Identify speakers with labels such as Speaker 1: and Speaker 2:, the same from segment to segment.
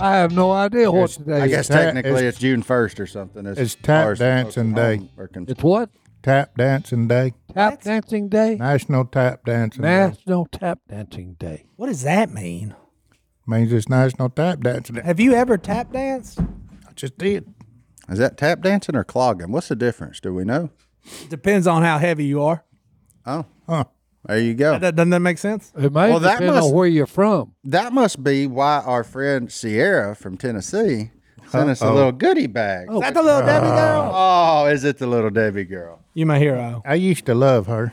Speaker 1: I have no idea what
Speaker 2: It's-
Speaker 1: today
Speaker 2: I
Speaker 1: is.
Speaker 2: guess
Speaker 1: Ta-
Speaker 2: technically
Speaker 1: it's,
Speaker 2: it's, June first or something.
Speaker 3: it's tap
Speaker 2: far as
Speaker 3: dancing day.
Speaker 2: Oklahoma are concerned.
Speaker 1: it's what?
Speaker 3: Tap Dancing Day,
Speaker 1: Tap
Speaker 4: What?
Speaker 1: Dancing Day?
Speaker 3: National Tap Dancing Day.
Speaker 1: National Tap Dancing Day.
Speaker 4: What does that mean?
Speaker 3: Means it's National Tap Dancing Day.
Speaker 4: Have you ever tap danced?
Speaker 3: I just did.
Speaker 2: Is that tap dancing or clogging? What's the difference? Do we know?
Speaker 4: Depends on how heavy you are.
Speaker 2: Oh,
Speaker 3: Huh.
Speaker 2: there you go.
Speaker 4: That, doesn't that make sense?
Speaker 1: It may
Speaker 2: Well, that
Speaker 1: depend on
Speaker 2: must-
Speaker 1: where you're from.
Speaker 2: That must be why our friend Sierra from Tennessee sent us a little goodie bag.
Speaker 4: Is
Speaker 3: Oh.
Speaker 4: that the
Speaker 2: Uh,
Speaker 4: little Debbie girl?
Speaker 2: Oh, is it the little Debbie girl?
Speaker 4: You my hero.
Speaker 3: I used to love her.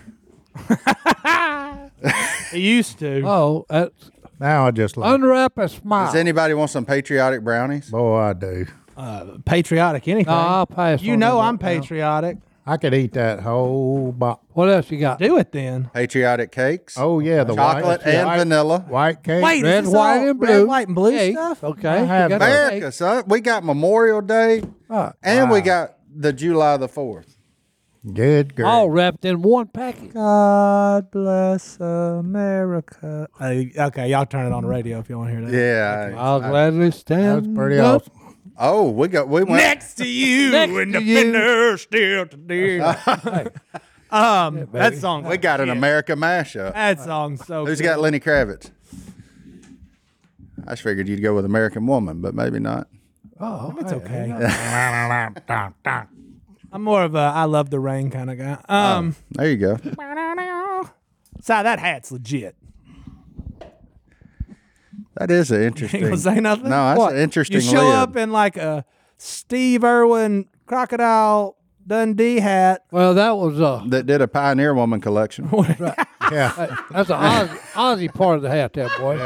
Speaker 4: He used to.
Speaker 1: Oh, that's
Speaker 3: Now I just love
Speaker 1: unwrap a
Speaker 3: Ah.
Speaker 1: smile.
Speaker 2: Does anybody want some patriotic brownies?
Speaker 3: Boy, I do.
Speaker 4: Uh, patriotic anything.
Speaker 1: No, I'll pass
Speaker 4: you
Speaker 1: on
Speaker 4: know
Speaker 1: that
Speaker 4: I'm
Speaker 1: right now.
Speaker 4: patriotic.
Speaker 3: I could eat that whole box.
Speaker 1: What else you got?
Speaker 4: Do it then.
Speaker 2: Patriotic cakes?
Speaker 3: Oh, yeah. The
Speaker 2: chocolate
Speaker 3: white,
Speaker 2: and
Speaker 3: white-
Speaker 2: vanilla.
Speaker 3: White cake.
Speaker 1: red, white, and blue.
Speaker 4: red, white, and blue
Speaker 1: Cake.
Speaker 4: stuff.
Speaker 1: Okay.
Speaker 3: I
Speaker 1: you
Speaker 3: have
Speaker 1: got
Speaker 3: that.
Speaker 1: cake.
Speaker 2: America, son. We got Memorial Day
Speaker 1: Right.
Speaker 2: and we got the July the 4th.
Speaker 3: Good girl.
Speaker 1: All wrapped in one package.
Speaker 4: God bless America. okay, y'all turn it on the radio if you want to hear that.
Speaker 2: Yeah.
Speaker 1: I'll gladly stand.
Speaker 3: That's pretty
Speaker 1: up
Speaker 3: awesome.
Speaker 2: Oh, we got, we went.
Speaker 4: Next to you
Speaker 1: Next
Speaker 4: and
Speaker 1: to
Speaker 4: the
Speaker 1: you.
Speaker 4: fender still today. um, that song.
Speaker 2: We got an America mashup.
Speaker 4: That song. So
Speaker 2: Who's
Speaker 4: good.
Speaker 2: got Lenny Kravitz? I just figured you'd go with American Woman, but maybe not.
Speaker 1: Oh,
Speaker 4: It's
Speaker 1: hey,
Speaker 4: okay. I'm more of a I love the rain kind of guy. Um,
Speaker 2: There you go. Oh.
Speaker 4: Si, that hat's legit.
Speaker 2: That is an
Speaker 4: You
Speaker 2: interesting.
Speaker 4: ain't gonna say nothing.
Speaker 2: No, that's
Speaker 1: What?
Speaker 2: an interesting.
Speaker 4: You show
Speaker 2: lid.
Speaker 4: up in like a Steve Irwin crocodile Dundee hat.
Speaker 1: Well, that was uh, a
Speaker 2: that did a Pioneer Woman collection.
Speaker 3: Yeah.
Speaker 1: that's an Aussie, Aussie part of the hat, there, boy.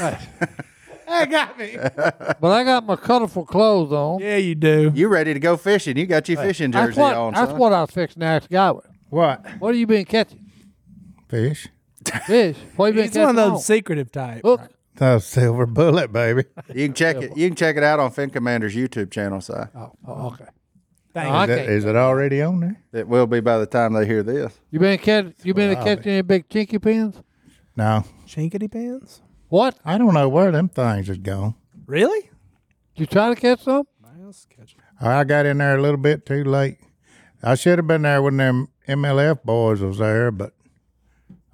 Speaker 4: That got me.
Speaker 1: But I got my colorful clothes on.
Speaker 4: yeah, you do.
Speaker 2: You ready to go fishing? You got your fishing jersey
Speaker 1: that's what
Speaker 2: on.
Speaker 1: that's
Speaker 2: son.
Speaker 1: what I was fixing to ask guy.
Speaker 3: what?
Speaker 1: What have you been catching?
Speaker 3: Fish.
Speaker 1: Fish. What have you been
Speaker 4: He's
Speaker 1: catching?
Speaker 4: one of
Speaker 2: Oh.
Speaker 4: those
Speaker 1: on?
Speaker 4: secretive type.
Speaker 1: Hook.
Speaker 3: The silver bullet, baby.
Speaker 2: You can check it. You can check it out on Fin Commander's YouTube channel. Si.
Speaker 1: Oh, oh, okay. Oh,
Speaker 4: Thank
Speaker 1: I
Speaker 3: Is it,
Speaker 1: can't-
Speaker 3: is it already on there?
Speaker 2: It will be by the time they hear this.
Speaker 1: You been catch, you been catching any big chinky pins?
Speaker 3: No.
Speaker 4: Chinkity pants.
Speaker 1: What?
Speaker 3: I don't know where them things is gone.
Speaker 4: Really?
Speaker 1: Did you try to catch some?
Speaker 3: Oh, I got in there a little bit too late. I should have been there when them MLF boys was there, but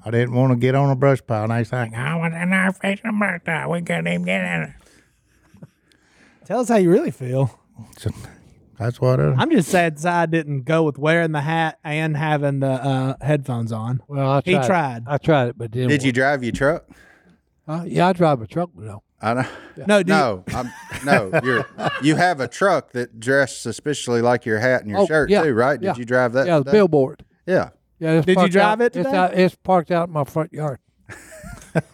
Speaker 3: I didn't want to get on a brush pile. And they think, I was in there fishing brush pile. We couldn't even get in it.
Speaker 4: Tell us how you really feel.
Speaker 3: So, that's what it
Speaker 4: I'm just sad Si didn't go with wearing the hat and having the uh, headphones on.
Speaker 1: Well, I
Speaker 4: He
Speaker 1: tried.
Speaker 4: tried.
Speaker 1: I tried it, but didn't.
Speaker 2: Did you
Speaker 1: work.
Speaker 2: drive your truck?
Speaker 1: Uh, yeah, I drive a truck, but no.
Speaker 2: I know.
Speaker 4: No, do you-
Speaker 2: No, I'm, no. You're you have a truck that dressed suspiciously like your hat and your
Speaker 1: Oh,
Speaker 2: shirt
Speaker 1: yeah,
Speaker 2: too, right?
Speaker 1: yeah.
Speaker 2: Did you drive that?
Speaker 1: yeah, the
Speaker 2: today?
Speaker 1: billboard.
Speaker 2: Yeah.
Speaker 1: Yeah. It's
Speaker 4: Did you
Speaker 1: parked
Speaker 4: drive
Speaker 1: out-
Speaker 4: it
Speaker 1: It's,
Speaker 4: today?
Speaker 1: out, it's parked out in my front yard. it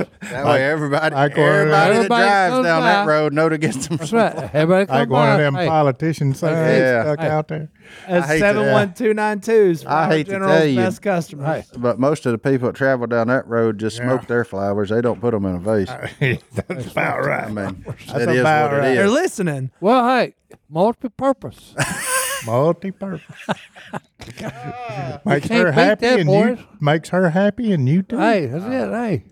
Speaker 1: is.
Speaker 2: That way, everybody,
Speaker 3: like one of them-
Speaker 2: everybody, that
Speaker 1: Everybody
Speaker 2: drives down
Speaker 1: goes
Speaker 2: that
Speaker 1: by.
Speaker 2: road know to get some.
Speaker 1: That's right. Everybody come
Speaker 3: Like one of
Speaker 1: by.
Speaker 3: them
Speaker 1: Hey,
Speaker 3: politician signs
Speaker 2: Yeah.
Speaker 3: stuck
Speaker 1: Hey.
Speaker 3: out there.
Speaker 4: As
Speaker 2: hate to-
Speaker 4: 71292s.
Speaker 2: I hate to
Speaker 4: General's
Speaker 2: tell you.
Speaker 4: best customers.
Speaker 1: Hey.
Speaker 2: But most of the people that travel down that road just smoke their flowers. They don't put them in a vase.
Speaker 3: that's about
Speaker 2: I
Speaker 3: right.
Speaker 2: mean, that is
Speaker 3: about
Speaker 2: what
Speaker 3: right.
Speaker 2: it
Speaker 4: They're
Speaker 2: is.
Speaker 4: listening.
Speaker 1: Well, hey, multi-purpose.
Speaker 3: Multi-purpose. makes
Speaker 1: can't
Speaker 3: her
Speaker 1: beat
Speaker 3: happy
Speaker 1: that,
Speaker 3: and
Speaker 1: boys.
Speaker 3: you makes her happy and you too.
Speaker 1: hey, that's it. Hey,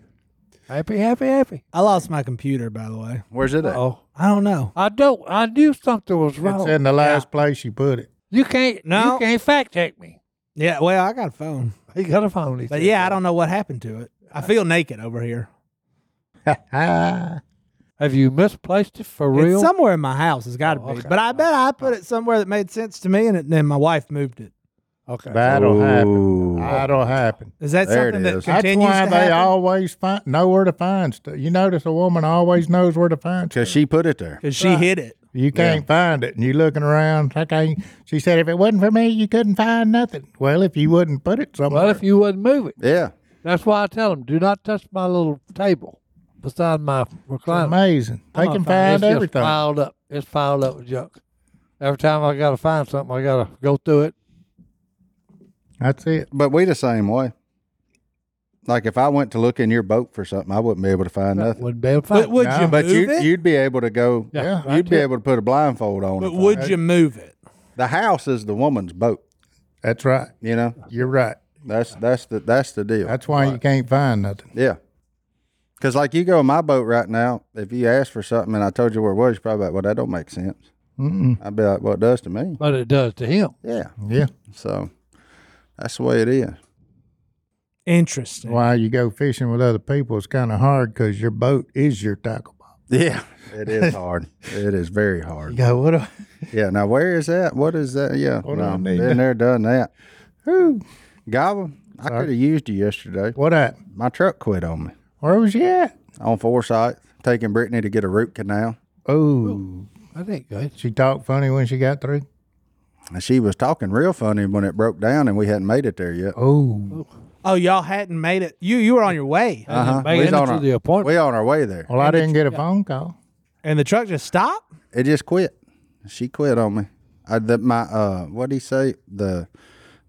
Speaker 1: happy, happy, happy.
Speaker 4: I lost my computer, by the way.
Speaker 2: Where's it at?
Speaker 1: Oh,
Speaker 4: I don't know.
Speaker 1: I don't. I knew something was
Speaker 3: It's
Speaker 1: wrong.
Speaker 3: in the last place you put it.
Speaker 1: you can't.
Speaker 4: No.
Speaker 1: you can't fact check me.
Speaker 4: Yeah, well, I got a phone.
Speaker 1: He got a phone. He
Speaker 4: But
Speaker 1: said.
Speaker 4: yeah, I don't know what happened to it. I feel naked over here.
Speaker 1: have you misplaced it for real?
Speaker 4: It's somewhere in my house. It's got to
Speaker 2: Oh,
Speaker 4: be. But I bet I put it somewhere that made sense to me, and it, then my wife moved it.
Speaker 1: okay.
Speaker 3: That'll
Speaker 2: Ooh.
Speaker 3: happen. That'll happen.
Speaker 4: Is that
Speaker 2: There it
Speaker 4: something
Speaker 2: is.
Speaker 4: that continues
Speaker 3: That's why
Speaker 4: to
Speaker 3: they
Speaker 4: happen?
Speaker 3: always find know where to find stuff. You notice a woman always knows where to find stuff.
Speaker 2: Because she put it there.
Speaker 4: Because she hid it.
Speaker 3: You can't find it, and you looking around. I can't. She said, "If it wasn't for me, you couldn't find nothing." Well, if you wouldn't put it somewhere,
Speaker 1: Well, if you wouldn't move it,
Speaker 2: Yeah.
Speaker 1: that's why I tell them do not touch my little table beside my recliner.
Speaker 3: amazing. They can
Speaker 1: it's
Speaker 3: find
Speaker 1: just
Speaker 3: everything.
Speaker 1: piled up. It's piled up with junk. Every time I gotta find something, I gotta go through it.
Speaker 3: That's it.
Speaker 2: But we the same way. Like if I went to look in your boat for something, I wouldn't be able to find nothing.
Speaker 1: Wouldn't be able to
Speaker 4: But
Speaker 1: find. it.
Speaker 4: would
Speaker 3: No.
Speaker 4: you
Speaker 2: But
Speaker 4: move
Speaker 2: you,
Speaker 4: it?
Speaker 2: you'd be able to go.
Speaker 1: Yeah,
Speaker 2: Yeah,
Speaker 1: right
Speaker 2: you'd be
Speaker 1: there.
Speaker 2: able to put a blindfold on.
Speaker 4: but
Speaker 2: it.
Speaker 4: would you move it?
Speaker 2: the house is the woman's boat?
Speaker 3: That's right.
Speaker 2: You know,
Speaker 3: You're right.
Speaker 2: That's that's the that's the deal.
Speaker 3: That's why you can't find nothing.
Speaker 2: Yeah. Cause like you go on my boat right now, if you ask for something and I told you where it was, you're probably like, Well, that don't make sense.
Speaker 3: Mm-mm.
Speaker 2: I'd be like, Well, it does to me.
Speaker 1: but it does to him.
Speaker 2: Yeah.
Speaker 3: Yeah.
Speaker 2: So that's the way it is.
Speaker 4: Interesting.
Speaker 3: Why you go fishing with other people is kind of hard because your boat is your tackle box.
Speaker 2: Yeah. It is hard. it is very hard.
Speaker 3: go, what a,
Speaker 2: Yeah. Now where is that? What is that? Yeah.
Speaker 3: What do
Speaker 2: no,
Speaker 3: I need?
Speaker 2: been there, done that.
Speaker 3: whew,
Speaker 2: Goblin, I could have used you yesterday.
Speaker 3: what up?
Speaker 2: My truck quit on me.
Speaker 3: Where was you at?
Speaker 2: On Forsyth, taking Brittany to get a root canal.
Speaker 3: Oh,
Speaker 1: That ain't good.
Speaker 3: she talked funny when she got through.
Speaker 2: And she was talking real funny when it broke down and we hadn't made it there yet.
Speaker 3: Oh,
Speaker 4: Oh, y'all hadn't made it. You you were on your way,
Speaker 2: Uh-huh.
Speaker 1: Made
Speaker 2: We's
Speaker 1: it
Speaker 2: on
Speaker 1: to
Speaker 2: our-
Speaker 1: the appointment.
Speaker 2: We on our way there.
Speaker 3: well, I didn't get a phone call.
Speaker 4: and the truck just stopped.
Speaker 2: It just quit. She quit on me. I, the, my uh, what do he say? The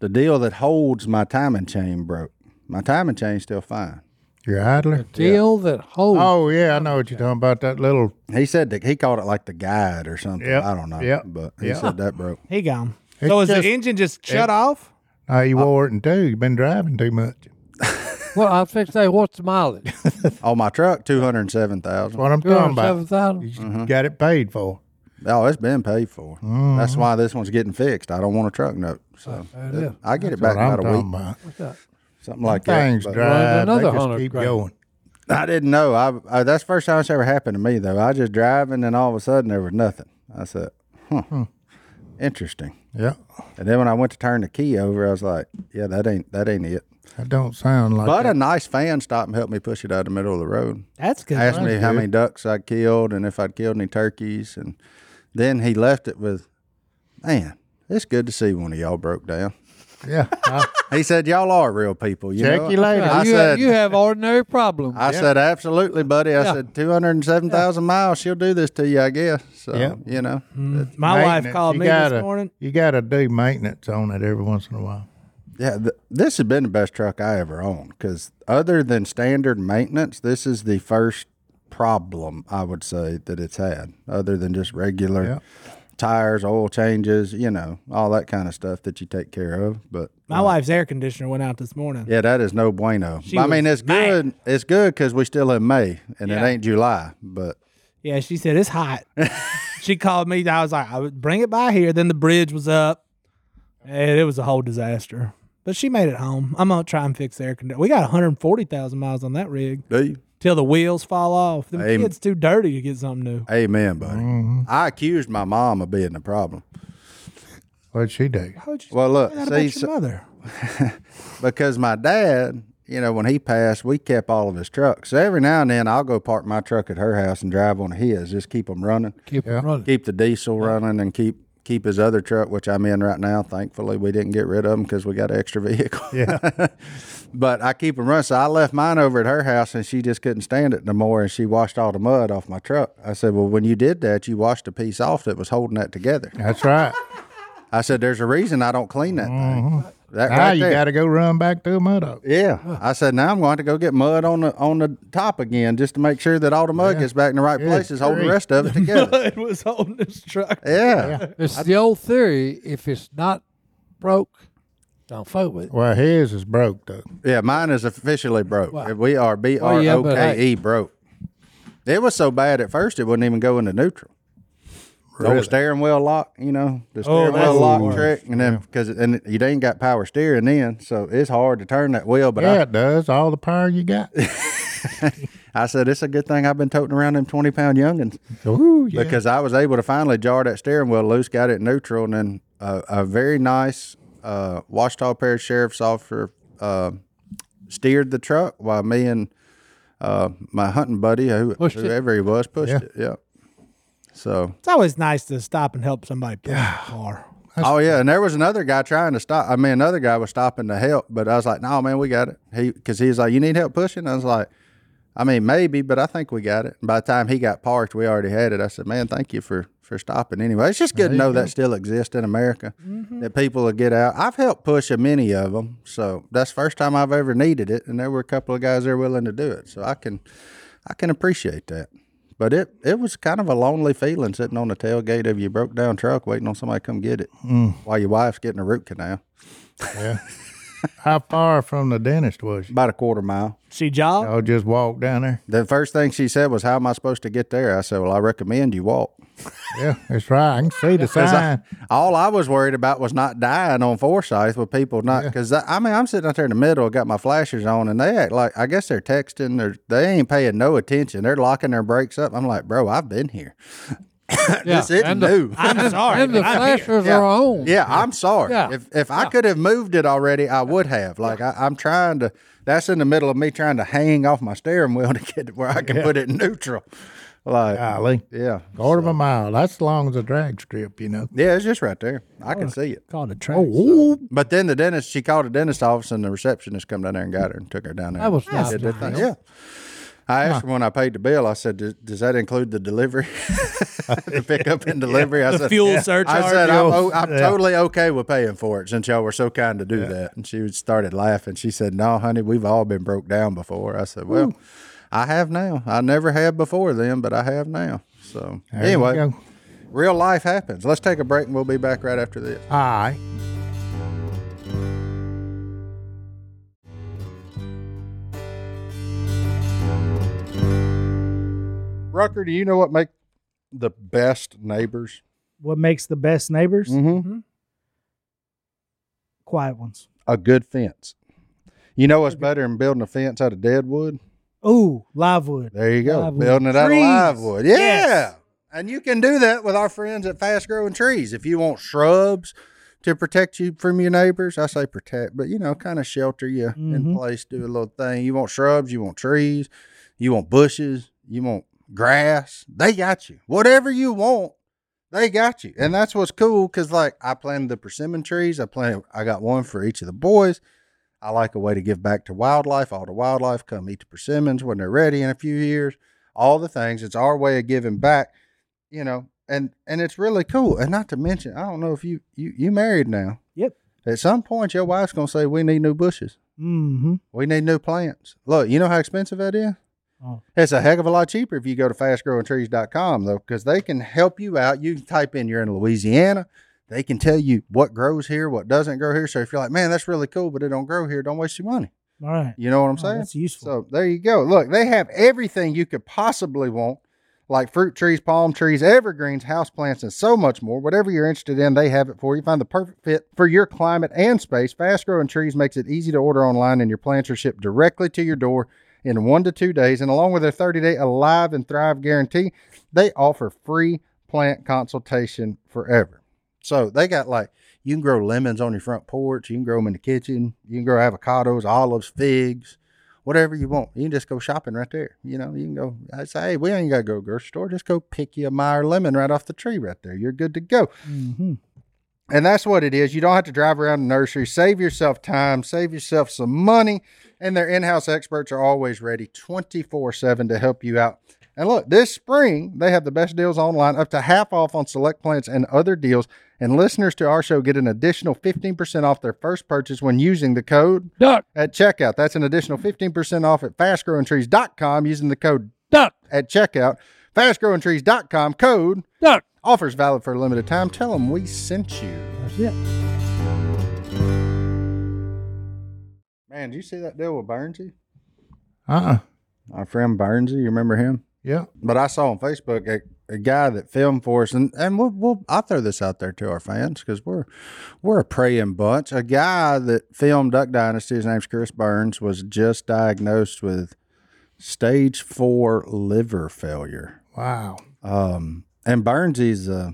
Speaker 2: the deal that holds my timing chain broke. My timing chain's still fine.
Speaker 3: Your idler?
Speaker 1: Deal that holds.
Speaker 3: Oh, yeah, I know what you're talking about. That little,
Speaker 2: He said that he called it like the guide or something.
Speaker 3: Yep,
Speaker 2: I don't know.
Speaker 3: yep,
Speaker 2: But he
Speaker 3: yep.
Speaker 2: said that broke.
Speaker 4: He gone.
Speaker 3: It
Speaker 4: so is
Speaker 3: just-
Speaker 4: the engine just shut off?
Speaker 3: no, you wore it in two. You've been driving too much.
Speaker 1: Well, I think they what's the mileage?
Speaker 2: Oh, my truck two hundred seven
Speaker 3: That's
Speaker 2: thousand.
Speaker 3: what I'm
Speaker 1: Two
Speaker 3: talking
Speaker 1: hundred seven
Speaker 3: about.
Speaker 1: thousand.
Speaker 3: You got it paid for.
Speaker 2: Oh, it's been paid for.
Speaker 3: Mm-hmm.
Speaker 2: That's why this one's getting fixed. I don't want a truck note. So
Speaker 1: There it is.
Speaker 2: I get it back
Speaker 3: That's what
Speaker 2: about
Speaker 3: I'm
Speaker 2: a
Speaker 3: talking
Speaker 2: week,
Speaker 3: about.
Speaker 2: something like
Speaker 3: Things
Speaker 2: that. but-
Speaker 3: drive.
Speaker 1: another
Speaker 3: they just
Speaker 1: hundred
Speaker 3: keep
Speaker 1: grand.
Speaker 3: going.
Speaker 2: I didn't know. I, I that's the first time it's ever happened to me though. I just driving and all of a sudden there was nothing. I said, huh,
Speaker 3: Hmm.
Speaker 2: interesting.
Speaker 3: Yeah,
Speaker 2: And then when I went to turn the key over, I was like, yeah, that ain't that ain't it.
Speaker 3: that don't sound like
Speaker 2: But
Speaker 3: that.
Speaker 2: a nice fan stopped and helped me push it out of the middle of the road.
Speaker 4: That's good.
Speaker 2: Asked me
Speaker 3: That's
Speaker 2: how
Speaker 3: good.
Speaker 2: many ducks I killed and if I'd killed any turkeys. And then he left it with, man, it's good to see one of y'all broke down.
Speaker 3: Yeah, I,
Speaker 2: He said, y'all are real people. You
Speaker 3: check
Speaker 2: know?
Speaker 3: you later.
Speaker 1: Yeah,
Speaker 2: I
Speaker 1: you,
Speaker 2: said-
Speaker 1: you have ordinary problems.
Speaker 2: I said, absolutely, buddy. I
Speaker 1: Yeah.
Speaker 2: said, 207,000 miles, she'll do this to you, I guess. So,
Speaker 3: Yeah.
Speaker 2: you know,
Speaker 4: My wife
Speaker 3: Maintenance.
Speaker 4: called
Speaker 3: You
Speaker 4: me
Speaker 3: gotta-
Speaker 4: this morning.
Speaker 3: You got to do maintenance on it every once in a while.
Speaker 2: yeah, th- this has been the best truck I ever owned because other than standard maintenance, this is the first problem I would say that it's had, other than just regular
Speaker 3: Yeah.
Speaker 2: tires, oil changes, you know, all that kind of stuff that you take care of. But
Speaker 4: My wife's air conditioner went out this morning.
Speaker 2: yeah, that is no bueno.
Speaker 4: She
Speaker 2: I mean,
Speaker 4: was
Speaker 2: it's good. It's good because we're still in May and
Speaker 4: Yeah.
Speaker 2: it ain't July, but
Speaker 4: Yeah, she said it's hot. she called me. I was like, I would bring it by here. Then the bridge was up, and it was a whole disaster. But she made it home. I'm gonna try and fix the air conditioner. We got 140,000 miles on that rig
Speaker 2: do you?
Speaker 4: till the wheels fall off. The
Speaker 2: Amen.
Speaker 4: kid's too dirty to get something new.
Speaker 2: Amen, buddy. I accused my mom of being the problem.
Speaker 3: What'd she do?
Speaker 4: How'd you
Speaker 2: Well, look,
Speaker 4: say that about
Speaker 2: see,
Speaker 4: your
Speaker 2: so-
Speaker 4: mother?
Speaker 2: because my dad, you know, when he passed, we kept all of his trucks. So every now and then, I'll go park my truck at her house and drive on his, just keep them running,
Speaker 1: Keep it running.
Speaker 2: keep the diesel running, and keep keep his other truck, which I'm in right now. Thankfully, we didn't get rid of them because we got an extra vehicle. Yeah, but I keep them running. So I left mine over at her house, and she just couldn't stand it no more, and she washed all the mud off my truck. I said, "Well, when you did that, you washed a piece off that was holding that together."
Speaker 3: That's right.
Speaker 2: I said, "There's a reason I don't clean that thing." That
Speaker 3: now
Speaker 2: right
Speaker 3: you
Speaker 2: there.
Speaker 3: got to go run back to a mud hole.
Speaker 2: Yeah, I said now I'm going to have to go get mud on the on the top again just to make sure that all the mud gets back in the right places, hold the
Speaker 3: grief.
Speaker 2: rest of it together.
Speaker 4: it was on this truck.
Speaker 2: yeah.
Speaker 1: It's the old theory. If it's not broke, don't fuck with it.
Speaker 3: Well, his is broke though.
Speaker 2: yeah, mine is officially broke. We are B R
Speaker 1: Well, yeah,
Speaker 2: O
Speaker 1: but
Speaker 2: K E broke. It was so bad at first it wouldn't even go into neutral. The old steering wheel lock, you know, the steering
Speaker 4: that's
Speaker 2: wheel
Speaker 4: the
Speaker 2: lock
Speaker 4: worst.
Speaker 2: trick, and then because and you ain't got power steering then, so it's hard to turn that wheel. But
Speaker 3: yeah, it does. All the power you got.
Speaker 2: I, I said it's a good thing I've been toting around them twenty pound youngins.
Speaker 3: Ooh, yeah.
Speaker 2: because I was able to finally jar that steering wheel loose, got it neutral, and then uh, a very nice uh, Washita Parish Sheriff's officer uh, steered the truck while me and uh, my hunting buddy, who,
Speaker 1: Pushed it.
Speaker 2: whoever he was, pushed
Speaker 3: Yeah.
Speaker 2: it. Yep. So,
Speaker 4: It's always nice to stop and help somebody pull a car.
Speaker 2: oh yeah, and there was another guy trying to stop. I mean, another guy was stopping to help, but I was like, "No, man, we got it." He because he was like, "You need help pushing?" I was like. I mean, maybe, but I think we got it. By the time he got parked, we already had it. I said, "Man, thank you for for stopping." Anyway, it's just good to know that still exists in America. That people will get out. I've helped push a many of them, so that's the first time I've ever needed it, and there were a couple of guys there willing to do it. So I can, I can appreciate that. But it it was kind of a lonely feeling sitting on the tailgate of your
Speaker 1: Mm.
Speaker 2: broke down truck, waiting on somebody to come get it, while your wife's getting a root canal.
Speaker 3: yeah. How far from the dentist was you?
Speaker 2: about a quarter mile.
Speaker 4: She jogged.
Speaker 3: Y'all just walked down there.
Speaker 2: The first thing she said was, "How am I supposed to get there?" I said, "Well, I recommend you walk."
Speaker 3: Yeah, that's right. I can see the
Speaker 2: 'Cause I-
Speaker 3: sign.
Speaker 2: all I was worried about was not dying on Forsyth with people not because I mean I'm sitting out there in the middle, got my flashers on, and they act like I guess they're texting or they ain't paying no attention. They're locking their brakes up. I'm like, bro, I've been here. this
Speaker 1: Yeah,
Speaker 2: isn't
Speaker 1: and the-
Speaker 2: new.
Speaker 4: I'm sorry.
Speaker 1: And the
Speaker 4: but I'm here.
Speaker 1: flashers are on.
Speaker 2: Yeah, I'm sorry.
Speaker 1: Yeah.
Speaker 2: If if I could have moved it already, I would have. Like I, I'm trying to. That's in the middle of me trying to hang off my steering wheel to get to where I can put it in neutral. Like
Speaker 3: Golly,
Speaker 2: yeah,
Speaker 3: quarter of a mile. That's as long as a drag strip, you know.
Speaker 2: yeah, it's just right there. I can see it.
Speaker 4: Called a track.
Speaker 2: But then the dentist, she called the dentist office, and the receptionist come down there and got her and took her down there.
Speaker 1: That was
Speaker 2: Did
Speaker 1: nice
Speaker 2: their
Speaker 1: of
Speaker 2: thing. Yeah. I asked her when I paid the bill. I said, "Does, does that include the delivery, the pickup and delivery?" I said,
Speaker 4: fuel surcharge.
Speaker 2: I said, "I'm, o- I'm
Speaker 3: Yeah.
Speaker 2: totally okay with paying for it since y'all were so kind to do that." And she started laughing. She said, "No, honey, we've all been broke down before." I said, "Well, I have now. I never have before then, but I have now." So
Speaker 3: There you
Speaker 2: anyway,
Speaker 3: go.
Speaker 2: real life happens. Let's take a break, and we'll be back right after this.
Speaker 3: All right.
Speaker 2: Rucker, do you know what make the best neighbors?
Speaker 5: What makes the best neighbors?
Speaker 2: Mm-hmm.
Speaker 5: Quiet ones.
Speaker 2: A good fence. You know what's better than building a fence out of dead wood?
Speaker 5: Ooh, live wood.
Speaker 2: There you go.
Speaker 5: Live wood.
Speaker 2: building it out
Speaker 5: Trees.
Speaker 2: of live wood. Yeah.
Speaker 5: Yes.
Speaker 2: And you can do that with our friends at Fast Growing Trees. If you want shrubs to protect you from your neighbors, I say protect, but you know, kind of shelter you in
Speaker 5: Mhm.
Speaker 2: place, do a little thing. You want shrubs, you want trees, you want bushes, you want grass. They got you. Whatever you want, they got you. And that's what's cool because, like, I planted the persimmon trees. I planted, I got one for each of the boys. I like a way to give back to wildlife. All the wildlife come eat the persimmons when they're ready in a few years. All the things. It's our way of giving back, you know. And and it's really cool. And not to mention, I don't know if you you you married now.
Speaker 5: Yep.
Speaker 2: At some point, your wife's gonna say, "We need new bushes.
Speaker 5: Mm-hmm.
Speaker 2: We need new plants." Look, you know how expensive that is.
Speaker 5: Oh.
Speaker 2: It's a heck of a lot cheaper if you go to fastgrowingtrees.com though, because they can help you out. You can type in you're in Louisiana. They can tell you what grows here, what doesn't grow here. So if you're like, man, that's really cool, but it don't grow here, don't waste your money.
Speaker 5: All right.
Speaker 2: You know what I'm
Speaker 5: Oh,
Speaker 2: saying?
Speaker 5: that's useful.
Speaker 2: So there you go. Look, they have everything you could possibly want, like fruit trees, palm trees, evergreens, houseplants, and so much more. Whatever you're interested in, they have it for you. Find the perfect fit for your climate and space. Fast growing trees makes it easy to order online, and your plants are shipped directly to your door in one to two days. And along with their 30 day Alive and Thrive guarantee, they offer free plant consultation forever. So they got like you can grow lemons on your front porch, you can grow them in the kitchen, you can grow avocados, olives, figs, whatever you want. You can just go shopping right there. You know, you can go. I say, hey, we ain't gotta go to a grocery store. Just go pick you a Meyer lemon right off the tree right there. You're good to go.
Speaker 5: Mm-hmm.
Speaker 2: And that's what it is. You don't have to drive around the nursery. Save yourself time, save yourself some money. And their in house experts are always ready 24 7 to help you out. And look, this spring, they have the best deals online, up to half off on select plants and other deals. And listeners to our show get an additional 15% off their first purchase when using the code
Speaker 1: Duck,
Speaker 2: at checkout. That's an additional 15% off at fastgrowingtrees.com using the code
Speaker 1: duck,
Speaker 2: at checkout. Fastgrowingtrees.com code
Speaker 1: duck.
Speaker 2: offers valid for a limited time. Tell them we sent you.
Speaker 5: That's it.
Speaker 2: Man, did you see that deal with Burnsy?
Speaker 3: Uh uh
Speaker 2: Our friend Burnsy, you remember him?
Speaker 3: Yeah.
Speaker 2: But I saw on Facebook a, a guy that filmed for us, and and we'll, we'll I'll throw this out there to our fans because we're we're a praying bunch. A guy that filmed Duck Dynasty, his name's Chris Burns, was just diagnosed with stage four liver failure.
Speaker 3: Wow.
Speaker 2: Um, and Burnsy's uh,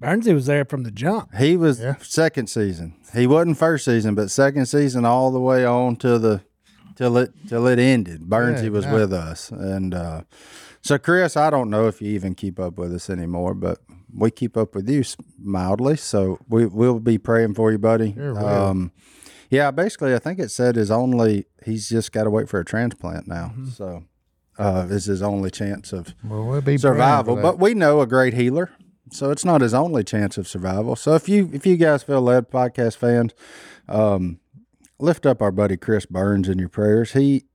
Speaker 4: Burnsy was there from the jump.
Speaker 2: he was
Speaker 3: Yeah.
Speaker 2: second season. He wasn't first season, but second season all the way on to the till it till it ended. Burnsy
Speaker 3: Good
Speaker 2: was
Speaker 3: night.
Speaker 2: with us, and uh, so Chris, I don't know if you even keep up with us anymore, but we keep up with you s- mildly. So we we'll be praying for you, buddy.
Speaker 3: Sure will.
Speaker 2: um, yeah, basically, I think it said his only. He's just got to wait for a transplant now.
Speaker 3: Mm-hmm.
Speaker 2: So. Uh, is his only chance of
Speaker 3: Well, we'll be praying for
Speaker 2: survival,
Speaker 3: that.
Speaker 2: but we know a great healer, so it's not his only chance of survival. So if you if you guys feel led, podcast fans, um, lift up our buddy Chris Burns in your prayers. He,